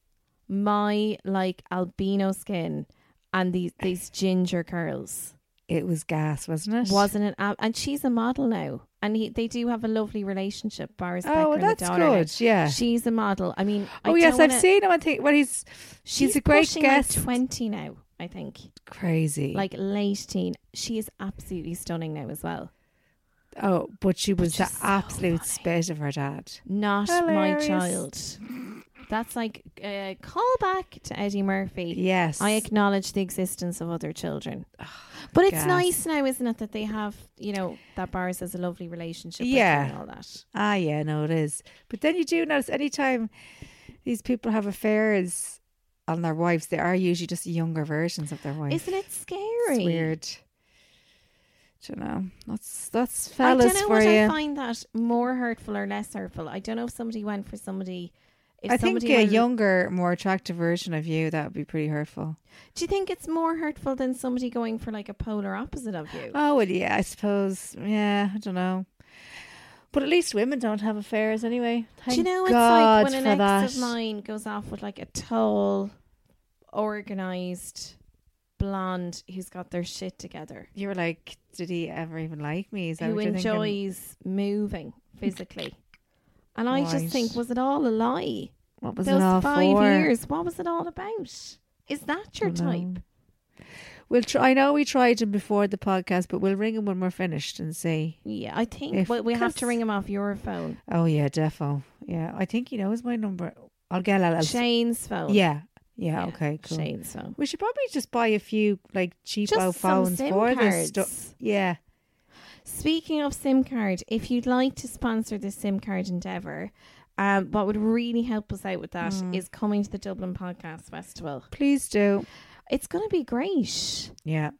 S1: my like albino skin, and these these ginger curls.
S2: it was gas, wasn't it?
S1: Wasn't it? ab- And she's a model now, and he, they do have a lovely relationship. Boris
S2: Oh,
S1: Becker
S2: well,
S1: and
S2: that's
S1: the daughter.
S2: good, yeah.
S1: she's a model. I mean, I
S2: Oh yes,
S1: don't
S2: I've
S1: wanna-
S2: seen him. I think well, he's
S1: She's
S2: she's a great
S1: pushing, like,
S2: guest.
S1: Twenty now, I think,
S2: Crazy,
S1: like late teen. She is absolutely stunning now as well.
S2: oh, but she was the
S1: she's so
S2: absolute
S1: funny.
S2: spit of her dad.
S1: Not
S2: Hilarious.
S1: my child. That's like a callback to Eddie Murphy.
S2: Yes.
S1: I acknowledge the existence of other children. But it's
S2: gas.
S1: nice now, isn't it, that they have, you know, that Boris has a lovely relationship with her
S2: Yeah.
S1: and all that.
S2: Ah, yeah, no, it is. But then you do notice anytime these people have affairs on their wives, they are usually just younger versions of their wives.
S1: Isn't it scary?
S2: It's weird. Do you know? That's that's
S1: I
S2: fellas
S1: don't know
S2: for
S1: what
S2: you.
S1: I find that more hurtful or less hurtful. I don't know if somebody went for somebody. If
S2: I think
S1: somebody
S2: a
S1: went-
S2: younger, more attractive version of you that would be pretty hurtful.
S1: Do you think it's more hurtful than somebody going for like a polar opposite of you?
S2: Oh well, yeah, I suppose. Yeah, I don't know. But at least women don't have affairs anyway.
S1: Do you
S2: Thank
S1: know
S2: God
S1: it's like when
S2: for
S1: an
S2: that.
S1: ex of mine goes off with like a tall, organized blonde who's got their shit together,
S2: You were like, did he ever even like me? Is that
S1: who
S2: what you're thinking?
S1: enjoys moving physically. And I just
S2: Right.
S1: think, was it all a lie?
S2: What was it
S1: Those
S2: all
S1: five
S2: for?
S1: years, what was it all about? Is that your type?
S2: We'll try. I know we tried him before the podcast, but we'll ring him when we're finished and see.
S1: Yeah, I think
S2: If-
S1: well, we have to
S2: 'cause-
S1: ring him off your phone,
S2: Oh yeah, defo. Yeah, I think he knows my number. I'll get that.
S1: Shane's phone.
S2: Yeah. yeah. Okay. Cool.
S1: Shane's phone.
S2: We should probably just buy a few like cheapo
S1: Just some
S2: phones
S1: SIM
S2: for this
S1: cards.
S2: stuff. Yeah.
S1: Speaking of SIM card, if you'd like to sponsor this SIM card endeavour, um, what would really help us out with that
S2: Hmm.
S1: is coming to the Dublin Podcast Festival.
S2: Please do.
S1: It's going to be great.
S2: Yeah.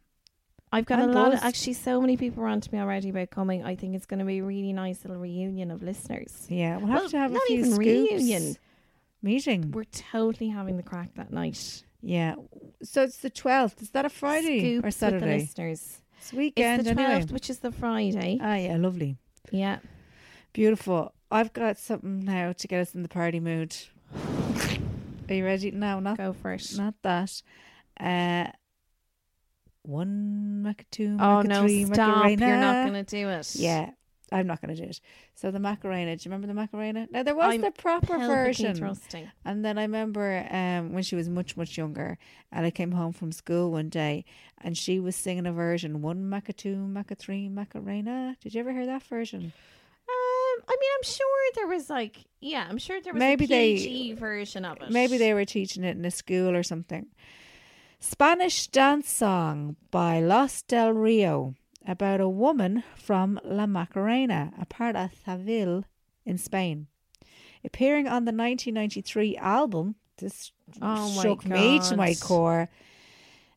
S1: I've got
S2: I'm
S1: a lot. Of,
S2: buzzed.
S1: actually, so many people are on to me already about coming. I think it's going to be a really nice little reunion of listeners.
S2: Yeah. We'll have
S1: Well,
S2: to have
S1: not
S2: a few
S1: even
S2: scoops
S1: reunion.
S2: meeting.
S1: We're totally having the crack that night.
S2: Yeah. So it's the twelfth. Is that a Friday
S1: Scoops
S2: or
S1: with the
S2: Saturday?
S1: listeners.
S2: It's weekend
S1: it's the 12th,
S2: anyway.
S1: which is the Friday.
S2: Ah, yeah. Lovely.
S1: yeah.
S2: Beautiful. I've got something now to get us in the party mood. Are you ready? No, not
S1: Go for it.
S2: not that. Uh, one maca two.
S1: oh,
S2: maca
S1: no,
S2: three,
S1: stop. You're not
S2: Macarena.
S1: going to do it.
S2: Yeah, I'm not gonna do it. So the Macarena. Do you remember the Macarena? Now there was
S1: I'm
S2: the proper
S1: pelvically
S2: version.
S1: thrusting.
S2: And then I remember um, when she was much, much younger, and I came home from school one day, and she was singing a version one maca two, maca three, Macarena. Did you ever hear that version?
S1: Um, I mean, I'm sure there was like, yeah, I'm sure there was
S2: Maybe
S1: a
S2: they-
S1: PG version of it.
S2: Maybe they were teaching it in a school or something. Spanish dance song by Los Del Rio about a woman from La Macarena, a part of Seville in Spain. Appearing on the 1993 album, this
S1: Oh my
S2: shook me to my
S1: God.
S2: core.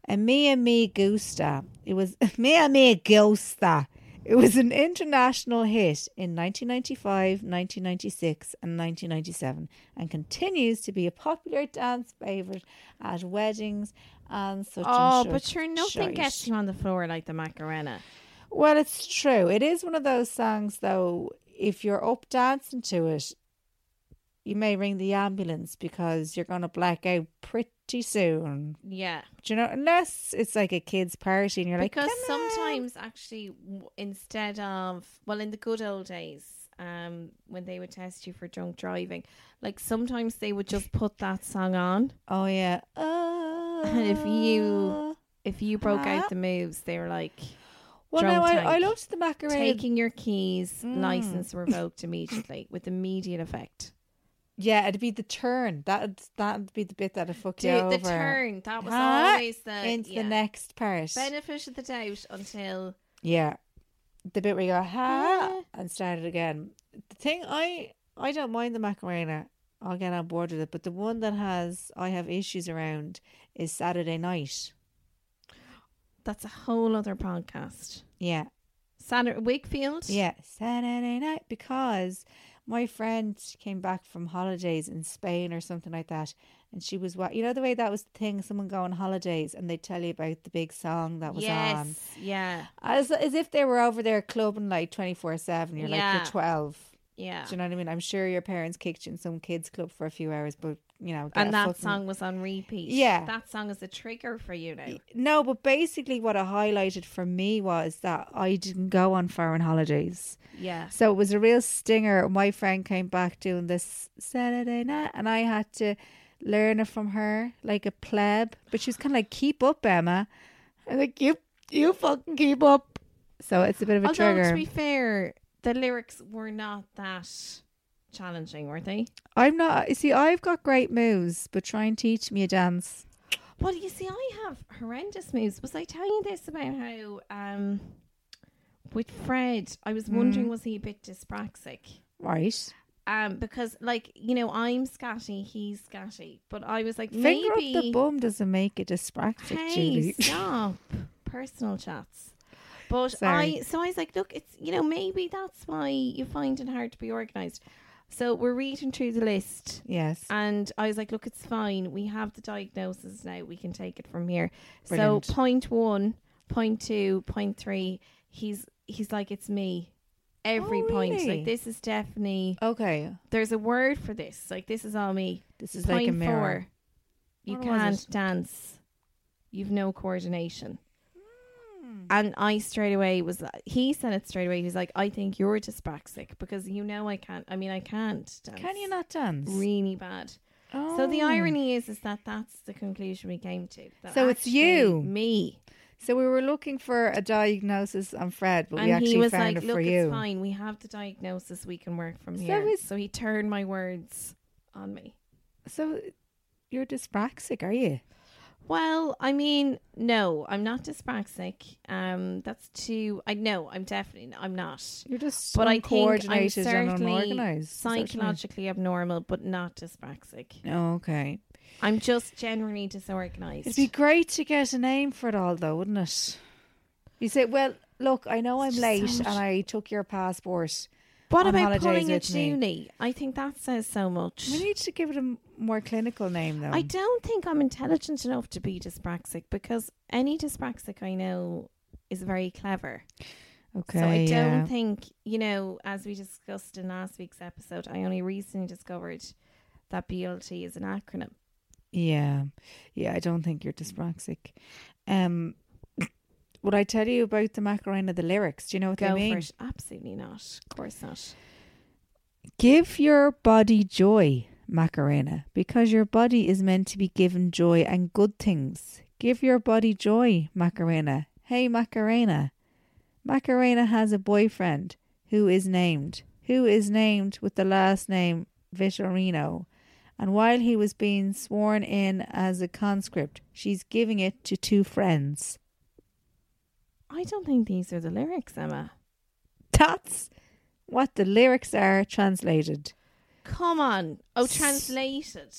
S2: A Mia Me Gusta. It was Mia Me Gusta. It was an international hit in 1995, 1996, and 1997, and continues to be a popular dance favorite at weddings and such.
S1: Oh,
S2: and such
S1: but sure, nothing
S2: shite.
S1: gets you on the floor like the Macarena.
S2: Well, it's true. It is one of those songs, though. If you're up dancing to it, you may ring the ambulance because you're going to black out pretty soon.
S1: Yeah.
S2: Do you know? Unless it's like a kids' party and you're
S1: because
S2: like, "Come on."
S1: sometimes actually w- instead of well in the good old days um when they would test you for drunk driving like sometimes they would just put that song on
S2: oh yeah,
S1: and if you
S2: Oh.
S1: if you broke
S2: Ah.
S1: out the moves they were like
S2: well,
S1: drunk
S2: no, I, I
S1: tank.
S2: loved the Macarena.
S1: taking your keys
S2: Mm.
S1: license revoked immediately with immediate effect
S2: yeah, it'd be the turn. That that'd be the bit that'd fuck you
S1: Dude,
S2: over.
S1: the turn that was
S2: Huh?
S1: always the
S2: into
S1: yeah. uh,
S2: the next part.
S1: benefit of the doubt until
S2: Yeah. The bit where you go, ha,
S1: Ah.
S2: and start it again. The thing, I I don't mind the Macarena. I'll get on board with it. But the one that has, I have issues around is Saturday night.
S1: that's a whole other podcast
S2: Yeah.
S1: Saturday Wakefield
S2: Yeah. Saturday night. Because my friend came back from holidays in Spain or something like that. And she was, wa- you know, the way that was the thing, someone go on holidays and they tell you about the big song that was
S1: yes
S2: on.
S1: yeah
S2: As, as if they were over there clubbing like 24 7. You're like,
S1: Yeah.
S2: you're 12.
S1: yeah
S2: Do you know what I mean? I'm sure your parents kicked you in some kids club for a few hours, but you know, get a
S1: and that
S2: fucking-
S1: song was on repeat.
S2: Yeah.
S1: that song is a trigger for you now.
S2: No, but basically, what it highlighted for me was that I didn't go on foreign holidays,
S1: Yeah,
S2: so it was a real stinger. My friend came back doing this Saturday night, and I had to learn it from her like a pleb. But she was kind of like, "Keep up, Emma." I was like, "You, you fucking keep up." So it's a bit of a
S1: although
S2: trigger.
S1: to be fair, the lyrics were not that challenging, were they?
S2: I'm not. you See, I've got great moves, but try and teach me a dance.
S1: Well, you see, I have horrendous moves. Was I telling you this about how um with Fred, I was wondering
S2: Mm.
S1: was he a bit dyspraxic?
S2: Right.
S1: Um, because like you know, I'm scatty, he's scatty, but I was like
S2: Finger
S1: maybe
S2: up the bum doesn't make it dyspraxic,
S1: Hey,
S2: Julie.
S1: stop. Personal chats. But
S2: Sorry.
S1: I, so I was like, look, it's, you know, maybe that's why you find it hard to be organized. So we're reading through the list.
S2: yes.
S1: And I was like, look, it's fine. We have the diagnosis now. We can take it from here.
S2: Brilliant.
S1: So point one, point two, point three, he's, he's like, it's me. Every
S2: Oh,
S1: point.
S2: really?
S1: Like, this is definitely,
S2: Okay.
S1: there's a word for this. Like, this is all me.
S2: This is like a mirror.
S1: Four, you
S2: What was
S1: can't
S2: it?
S1: dance. You've no coordination.
S2: Hmm.
S1: And I straight away was like, he said it straight away. He's like, I think you're dyspraxic because you know I can't. I mean, I can't dance.
S2: Can you not dance?
S1: Really bad. So the
S2: Oh.
S1: irony is, is that that's the conclusion we came to. that
S2: So it's
S1: actually
S2: you.
S1: me.
S2: So we were looking for a diagnosis on Fred, but we
S1: and
S2: actually
S1: he was
S2: found
S1: like,
S2: it
S1: "Look,
S2: for
S1: it's
S2: you.
S1: fine. We have the diagnosis. We can work from
S2: So
S1: here."
S2: is-
S1: so he turned my words on me.
S2: So you're dyspraxic, are you?
S1: Well, I mean, no, I'm not dyspraxic. Um, that's too. I know I'm definitely. I'm not.
S2: You're just
S1: But I think I'm
S2: uncoordinated and
S1: certainly
S2: unorganized.
S1: psychologically abnormal, but not dyspraxic.
S2: Okay.
S1: I'm just generally disorganized.
S2: It'd be great to get a name for it all, though, wouldn't it? You say, well, look, I know I'm
S1: just so
S2: late
S1: much-
S2: and I took your passport.
S1: what
S2: on
S1: about
S2: holidays
S1: pulling a
S2: with me.
S1: Julie? I think that says so much.
S2: We need to give it a m- more clinical name, though.
S1: I don't think I'm intelligent enough to be dyspraxic because any dyspraxic I know is very clever.
S2: okay.
S1: so I don't
S2: yeah.
S1: think, you know, as we discussed in last week's episode, I only recently discovered that BLT is an acronym.
S2: Yeah. Yeah, I don't think you're dyspraxic. Um would I tell you about the Macarena, the lyrics? Do you know what
S1: Go
S2: they mean?
S1: for it. Absolutely not. Of course not.
S2: Give your body joy, Macarena, because your body is meant to be given joy and good things. Give your body joy, Macarena. Hey, Macarena. Macarena has a boyfriend who is named, who is named with the last name Vitorino. And while he was being sworn in as a conscript, she's giving it to two friends.
S1: I don't think these are the lyrics, Emma.
S2: That's what the lyrics are translated.
S1: Come on. Oh, translated.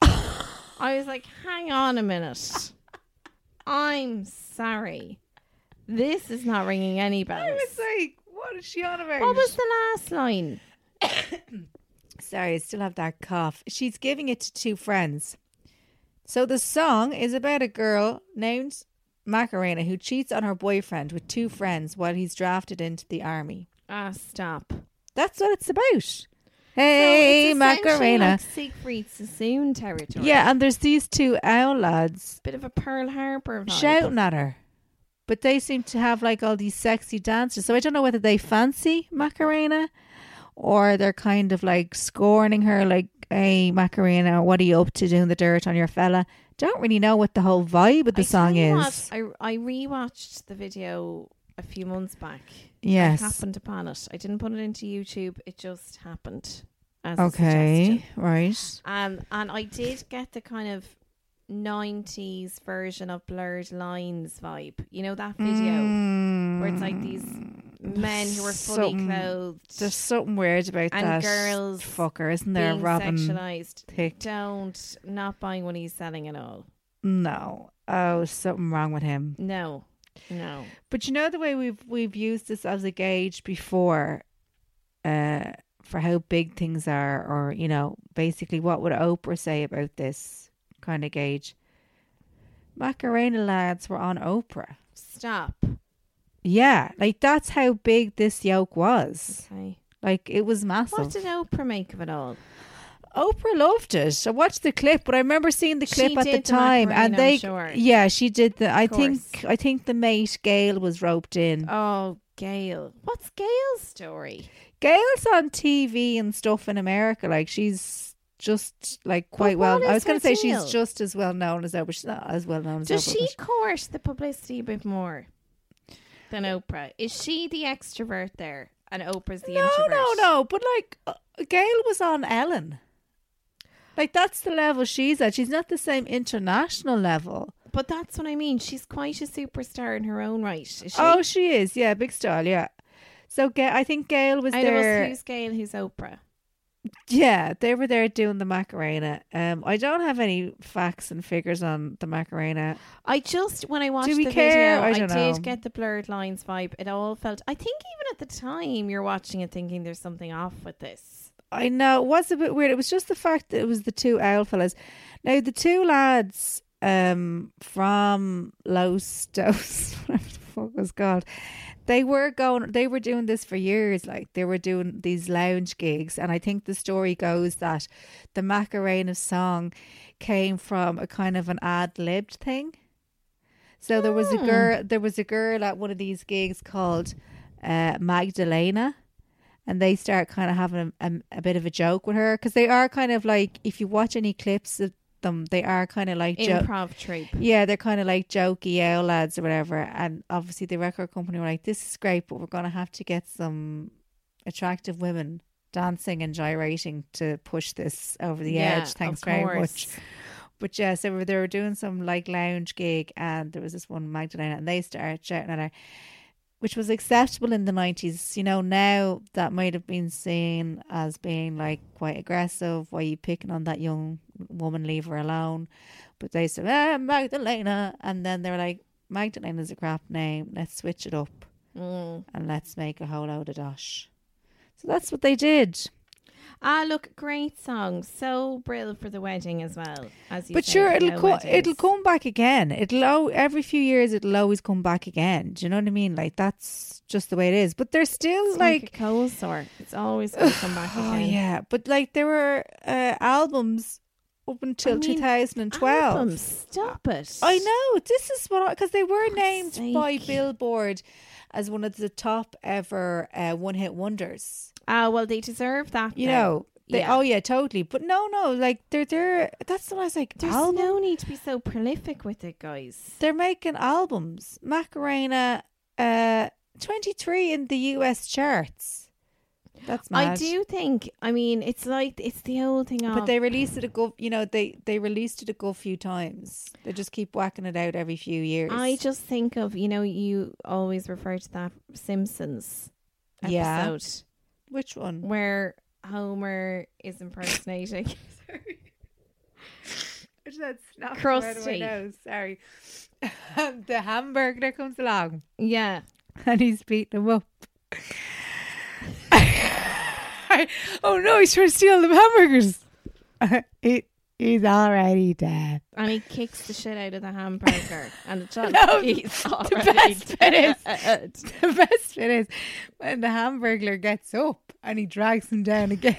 S1: I was like, hang on a minute. I'm sorry. This is not ringing any bells.
S2: like, what is she on about?
S1: What was the last line?
S2: Sorry, I still have that cough. She's giving it to two friends. So the song is about a girl named Macarena who cheats on her boyfriend with two friends while he's drafted into the army.
S1: Ah, stop.
S2: That's what it's about. Hey, Macarena.
S1: Like Siegfried Sassoon territory.
S2: yeah, and there's these two owl lads
S1: Bit of a Pearl Harbor vibe.
S2: shouting at her. But they seem to have like all these sexy dancers. So I don't know whether they fancy Macarena or they're kind of like scorning her, like, hey, Macarena, what are you up to doing the dirt on your fella? Don't really know what the whole vibe of the
S1: I
S2: song
S1: tell you
S2: is.
S1: what, I, I rewatched the video a few months back.
S2: Yes.
S1: It happened upon it. I didn't put it into YouTube. It just happened. As A
S2: Okay,
S1: suggestion.
S2: right.
S1: Um, and I did get the kind of 90s version of Blurred Lines vibe. You know that video where it's like these men who are fully
S2: Mm. Something-
S1: clothed
S2: Hmm. There's something weird about
S1: and
S2: that
S1: girls
S2: fucker, isn't there,
S1: being
S2: Robin?
S1: sexualized.
S2: Thicke?
S1: Don't not buying what he's selling at all.
S2: No. Oh, something wrong with him.
S1: No, no.
S2: But you know the way we've we've used this as a gauge before, uh, for how big things are, or you know, basically what would Oprah say about this kind of gauge? Macarena lads were on Oprah.
S1: Stop.
S2: Yeah, like that's how big this yoke was.
S1: Okay.
S2: Like it was massive.
S1: What did Oprah make of it all?
S2: Oprah loved it. I watched the clip, but I remember seeing the
S1: She
S2: clip at the
S1: did the
S2: time,
S1: macaroni,
S2: and
S1: I'm
S2: they,
S1: sure.
S2: yeah, she did the. I
S1: Of
S2: think, I think the mate Gail was roped in.
S1: Oh, Gail. What's Gail's story?
S2: Gail's on TV and stuff in America. Like she's just like quite well.
S1: what
S2: I was
S1: is
S2: going
S1: her
S2: to say
S1: deal?
S2: she's just as well known as Oprah. She's not as well known as
S1: Does
S2: Oprah.
S1: she
S2: but-
S1: court the publicity a bit more than Oprah? Is she the extrovert there and Oprah's the
S2: No,
S1: introvert?
S2: no, no. But like, uh, Gail was on Ellen. Like that's the level she's at. She's not the same international level.
S1: But that's what I mean. She's quite a superstar in her own right. Is she?
S2: Oh, she is. Yeah, big style. Yeah. So Ga- I think Gail was
S1: Out of us,
S2: there.
S1: who's Gail, who's Oprah?
S2: Yeah, they were there doing the Macarena. Um, I don't have any facts and figures on the Macarena.
S1: I just when I watched
S2: we
S1: the
S2: care?
S1: video,
S2: I
S1: I,
S2: don't know.
S1: did get the blurred lines vibe. It all felt. I think even at the time, you're watching it thinking there's something off with this.
S2: I know it was a bit weird. It was just the fact that it was the two owl fellas. Now the two lads um from Los Dos, whatever the fuck was called, they were going. They were doing this for years. Like they were doing these lounge gigs, and I think the story goes that the Macarena song came from a kind of an ad libbed thing. So there was a girl. There was a girl at one of these gigs called uh, Magdalena and they start kind of having a, a, a bit of a joke with her because they are kind of like if you watch any clips of them they are kind of like jo-
S1: Improv troupe.
S2: yeah they're kind of like jokey owl lads or whatever and obviously the record company were like this is great but we're gonna have to get some attractive women dancing and gyrating to push this over the
S1: Yeah,
S2: edge thanks
S1: of
S2: very much
S1: course.
S2: but yeah, so they were doing some like lounge gig, and there was this one Magdalena, and they started shouting at her, which was acceptable in the nineties. You know, now that might have been seen as being like quite aggressive. Why are you picking on that young woman? Leave her alone. But they said, ah, Magdalena, and then they were like, Magdalena's a crap name. Let's switch it up,
S1: Mm.
S2: and let's make a whole load of dosh. So that's what they did.
S1: Ah, look, great song, so brill for the wedding as well. As you
S2: But
S1: say,
S2: sure,
S1: you
S2: it'll
S1: know
S2: co-
S1: weddings.
S2: it'll come back again. It'll al- every few years it'll always come back again. Do you know what I mean? Like that's just the way it is. But there's still
S1: It's like,
S2: like,
S1: a cold sore. It's always going to come back again.
S2: oh yeah, but like there were uh, albums up until
S1: I mean,
S2: 2012.
S1: Album, stop it.
S2: Uh, I know this is what because they were named by
S1: sake.
S2: Billboard as one of the top ever uh, one hit wonders.
S1: Ah, well, they deserve that.
S2: You
S1: then.
S2: know. They,
S1: Yeah.
S2: Oh yeah, totally. But no, no, like they're they're. That's what I was like.
S1: There's
S2: album?
S1: no need to be so prolific with it, guys.
S2: they're making albums. Macarena, uh, 23 in the US charts. That's mad.
S1: I do think. I mean, it's like it's the old thing.
S2: But
S1: of-
S2: they released it a good, you know, they, they released it a good few times. They just keep whacking it out every few years.
S1: I just think of you know you always refer to that Simpsons episode
S2: Yeah. Which one?
S1: where Homer is impersonating.
S2: That's not
S1: right away Krusty. now,
S2: Sorry. the hamburger comes along
S1: yeah,
S2: and he's beating him up. oh no, he's trying to steal the hamburgers. Eat He's already dead.
S1: And he kicks the shit out of the hamburger. and the dog,
S2: No,
S1: he's
S2: the
S1: already
S2: best bit is-
S1: dead.
S2: The best bit is when the hamburglar gets up and he drags him down again.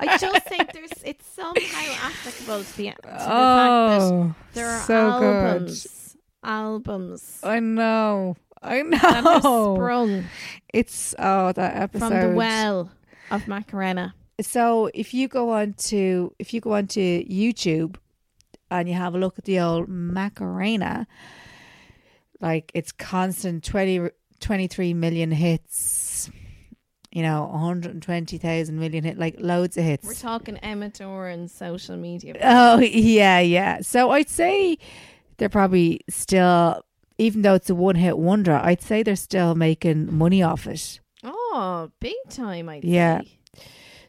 S1: I just think there's it's somehow applicable to the, to the fact
S2: Oh,
S1: that there are
S2: so good.
S1: albums, albums
S2: I know. I
S1: that are
S2: know.
S1: sprung
S2: It's oh that episode
S1: from the well of Macarena.
S2: so if you go on to if you go on to YouTube and you have a look at the old Macarena, like it's constant 20, 23 million hits, you know, one hundred twenty thousand million hit, like loads of hits.
S1: We're talking Emma Doran's social media.
S2: Oh yeah, yeah. So I'd say they're probably still, even though it's a one-hit wonder, I'd say they're still making money off it.
S1: Oh, big time! I
S2: Yeah.
S1: yeah.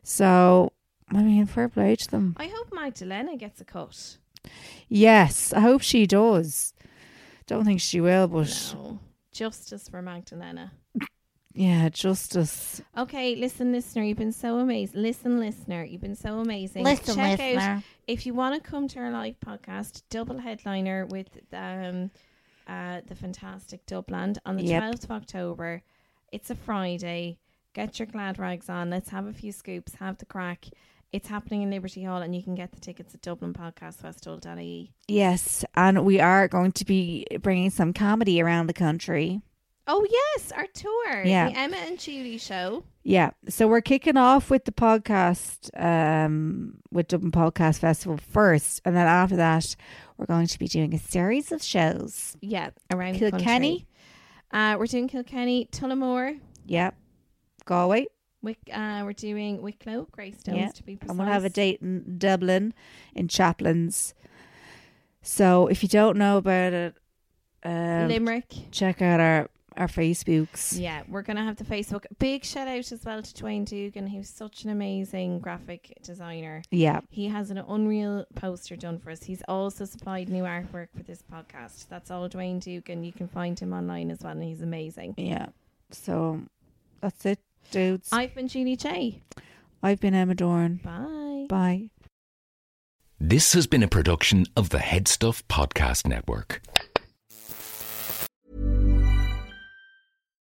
S2: So I mean, fair play to them.
S1: I hope Magdalena gets a cut.
S2: Yes, I hope she does. Don't think she will, but
S1: No, justice for Magdalena.
S2: yeah, justice.
S1: Okay, listen, listener, you've been so amazing. Listen, listener, you've been so amazing.
S2: Listen,
S1: Check
S2: listener.
S1: out if you want to come to our live podcast, double headliner with um, uh, the fantastic Dubland on the
S2: Yep.
S1: twelfth of October. It's a Friday. Get your glad rags on. Let's have a few scoops. Have the crack. It's happening in Liberty Hall, and you can get the tickets at dublinpodcastfestival.ie.
S2: Yes, and we are going to be bringing some comedy around the country.
S1: Oh yes, our tour,
S2: Yeah.
S1: the Emma and Julie show.
S2: Yeah, so we're kicking off with the podcast, um, with Dublin Podcast Festival first, and then after that, we're going to be doing a series of shows.
S1: Yeah, around
S2: Kilkenny.
S1: Kilkenny. Uh, we're doing Kilkenny, Tullamore.
S2: Yep, Galway,
S1: Wick, uh, we're doing Wicklow, Greystones
S2: yeah,
S1: to be precise.
S2: and we'll have a date in Dublin, in Chaplains. So if you don't know about it, um,
S1: Limerick.
S2: check out our our Facebooks.
S1: Yeah, we're going to have the Facebook. Big shout out as well to Dwayne Dugan, who's such an amazing graphic designer.
S2: Yeah.
S1: He has an unreal poster done for us. He's also supplied new artwork for this podcast. That's all Dwayne Dugan. You can find him online as well, and he's amazing.
S2: Yeah. So that's it, dudes. I,
S1: I've been Julie J.
S2: have been Emma Dorn.
S1: Bye.
S2: Bye.
S4: This has been a production of the Head Stuff Podcast Network.